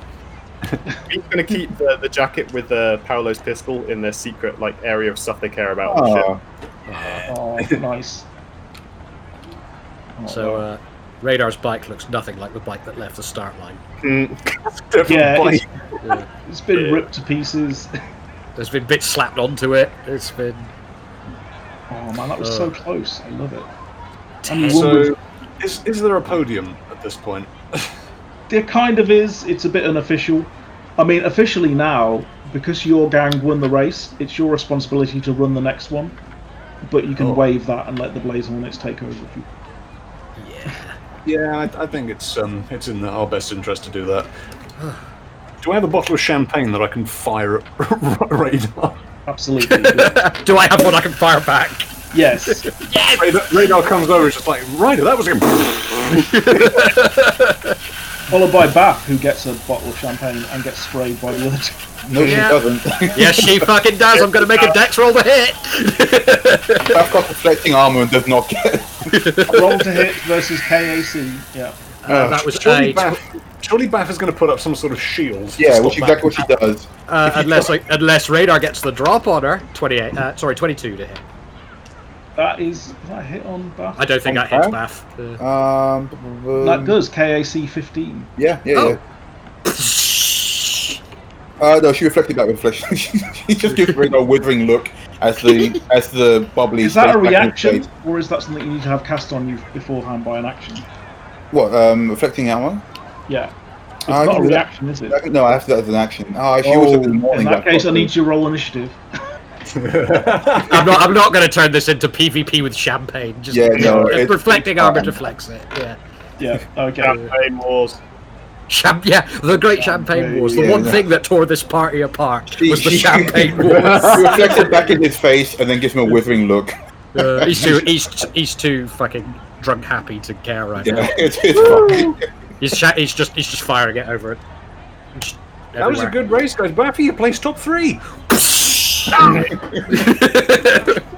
[SPEAKER 7] He's going to keep the, the jacket with the Paolo's pistol in their secret like area of stuff they care about. and shit.
[SPEAKER 6] Oh,
[SPEAKER 4] Oh, nice. Oh,
[SPEAKER 8] So uh, Radar's bike looks nothing like the bike that left the start line.
[SPEAKER 7] Mm.
[SPEAKER 4] yeah,
[SPEAKER 3] Different
[SPEAKER 4] it's,
[SPEAKER 8] Yeah.
[SPEAKER 4] it's been
[SPEAKER 7] Yeah.
[SPEAKER 4] ripped to pieces.
[SPEAKER 8] There's been bits slapped onto it. It's been
[SPEAKER 4] Oh man, that was
[SPEAKER 8] Uh.
[SPEAKER 4] so close. I love it. I mean,
[SPEAKER 3] place.
[SPEAKER 4] one was-
[SPEAKER 3] So, is, is there a podium at this point?
[SPEAKER 4] There kind of is. It's a bit unofficial. I mean, officially now, because your gang won the race, it's your responsibility to run the next one. But you can
[SPEAKER 3] Oh.
[SPEAKER 4] waive that and let the Blaze Hornets take over. If you...
[SPEAKER 3] Yeah, I, I think it's um, it's in our best interest to do that. Do I have a bottle of champagne that I can fire at radar?
[SPEAKER 4] Absolutely. yeah.
[SPEAKER 8] Do I have one I can fire back?
[SPEAKER 4] yes.
[SPEAKER 3] radar? Radar comes over, it's just like, right, that was a
[SPEAKER 4] Followed by Bap, who gets a bottle of champagne and gets sprayed by the other two.
[SPEAKER 6] no, she
[SPEAKER 8] Yeah.
[SPEAKER 6] doesn't.
[SPEAKER 8] Yes, she fucking does. I'm going to make a dex roll to hit.
[SPEAKER 6] I've got reflecting armor and does not get.
[SPEAKER 4] Roll to hit versus KAC. Yeah.
[SPEAKER 8] Uh, that was
[SPEAKER 3] surely
[SPEAKER 8] a
[SPEAKER 3] Baff, surely Baff is going to put up some sort of shield. to
[SPEAKER 6] Yeah,
[SPEAKER 3] stop
[SPEAKER 6] which is
[SPEAKER 3] that.
[SPEAKER 6] exactly what she does.
[SPEAKER 8] uh, unless like, unless radar gets the drop on her. 28. Uh, sorry, 22 to hit.
[SPEAKER 4] That is. Is that a hit on Bap?
[SPEAKER 8] I don't think that hits Bath. Uh,
[SPEAKER 6] Um,
[SPEAKER 4] That does. KAC 15.
[SPEAKER 6] Yeah, yeah,
[SPEAKER 8] Oh.
[SPEAKER 6] yeah. Uh, no, she reflected back with flesh. she just gives Ringo a withering look as the as the bubbly.
[SPEAKER 4] Is that a
[SPEAKER 6] stays back in her
[SPEAKER 4] reaction,
[SPEAKER 6] place.
[SPEAKER 4] or is that something you need to have cast on you beforehand by an action?
[SPEAKER 6] What? Um, reflecting armor?
[SPEAKER 4] Yeah. It's
[SPEAKER 6] I
[SPEAKER 4] not
[SPEAKER 6] can
[SPEAKER 4] a
[SPEAKER 6] do that.
[SPEAKER 4] reaction, is it?
[SPEAKER 6] I can- No, I have to do that as an action. Oh, she was
[SPEAKER 4] Oh,
[SPEAKER 6] up in the morning.
[SPEAKER 4] in that
[SPEAKER 6] but-
[SPEAKER 4] case, I need you to roll initiative.
[SPEAKER 8] I'm not. I'm not going to turn this into PvP with champagne. Just,
[SPEAKER 6] Yeah, no,
[SPEAKER 8] just
[SPEAKER 6] it's-
[SPEAKER 8] reflecting
[SPEAKER 6] it's
[SPEAKER 8] armor
[SPEAKER 6] fine.
[SPEAKER 8] deflects it. Yeah.
[SPEAKER 4] Yeah. Okay.
[SPEAKER 7] Campaign wars.
[SPEAKER 8] Champ, yeah, the Great Champagne
[SPEAKER 4] Champagne,
[SPEAKER 8] Wars. The
[SPEAKER 6] yeah,
[SPEAKER 8] one
[SPEAKER 6] yeah.
[SPEAKER 8] thing that tore this party apart
[SPEAKER 6] She-
[SPEAKER 8] was the
[SPEAKER 6] she-
[SPEAKER 8] Champagne
[SPEAKER 6] she
[SPEAKER 8] Wars.
[SPEAKER 6] reflects it back in his face and then gives him a withering look.
[SPEAKER 8] uh, he's too, he's, he's too fucking drunk happy to care right
[SPEAKER 6] Yeah,
[SPEAKER 8] now.
[SPEAKER 6] it's, it's fine.
[SPEAKER 8] He's, sha- he's just he's just firing it over. it. Just
[SPEAKER 3] That was a
[SPEAKER 8] everywhere.
[SPEAKER 3] good race, guys. Baffy, you placed top three.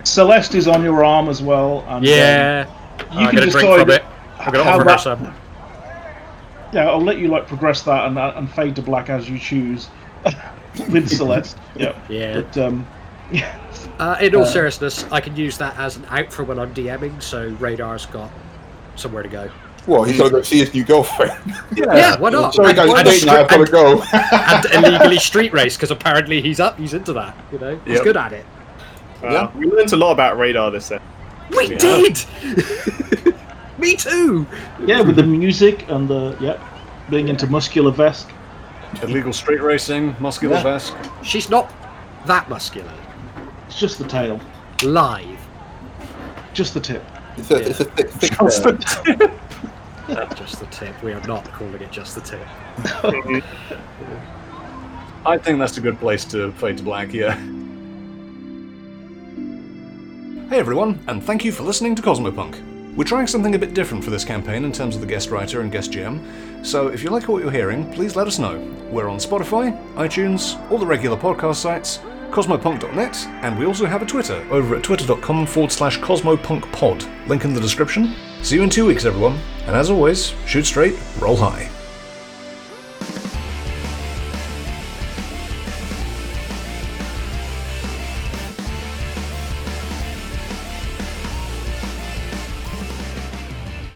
[SPEAKER 4] Celeste is on your arm as well. And, um,
[SPEAKER 8] Yeah, Oh,
[SPEAKER 4] you
[SPEAKER 8] I'm
[SPEAKER 4] can
[SPEAKER 8] gonna
[SPEAKER 4] just
[SPEAKER 8] drink from
[SPEAKER 4] decide
[SPEAKER 8] it. I'm gonna
[SPEAKER 4] how
[SPEAKER 8] offer her
[SPEAKER 4] that-
[SPEAKER 8] some.
[SPEAKER 4] yeah, I'll let you like progress that and uh, and fade to black as you choose with Celeste. Yeah.
[SPEAKER 8] Yeah.
[SPEAKER 4] But um, yeah.
[SPEAKER 8] Uh, in all seriousness, I can use that as an out for when I'm DMing. So Radar's got somewhere to go.
[SPEAKER 6] What? He's got to go see his new girlfriend.
[SPEAKER 8] Yeah, why not?
[SPEAKER 6] Sorry,
[SPEAKER 8] And-
[SPEAKER 6] guys,
[SPEAKER 8] and
[SPEAKER 6] I'm late now. I've got to
[SPEAKER 8] and-
[SPEAKER 6] go.
[SPEAKER 8] and illegally street race because apparently he's up, he's into that. You know, he's
[SPEAKER 3] Yep.
[SPEAKER 8] good at it.
[SPEAKER 7] Wow.
[SPEAKER 6] Yeah.
[SPEAKER 7] Uh, We learned a lot about radar this set.
[SPEAKER 8] We
[SPEAKER 3] Yeah.
[SPEAKER 8] did. Me too.
[SPEAKER 4] Yeah, with the music and the yeah, being into muscular vest.
[SPEAKER 3] Illegal street racing, muscular
[SPEAKER 6] Yeah.
[SPEAKER 3] vest.
[SPEAKER 8] She's not that muscular.
[SPEAKER 4] It's just the tail,
[SPEAKER 8] Live.
[SPEAKER 4] just the tip.
[SPEAKER 6] It's a, it's a thick, thick hair.
[SPEAKER 8] just the tip. We are not calling it just the tip.
[SPEAKER 3] I think that's a good place to fade to black, yeah. Hey everyone, and thank you for listening to Cosmopunk. We're trying something a bit different for this campaign in terms of the guest writer and guest GM, so if you like what you're hearing, please let us know. We're on Spotify, iTunes, all the regular podcast sites, cosmopunk.net, and we also have a Twitter over at twitter.com forward slash cosmopunkpod. Link in the description. See you in two weeks, everyone, and as always, shoot straight, roll high.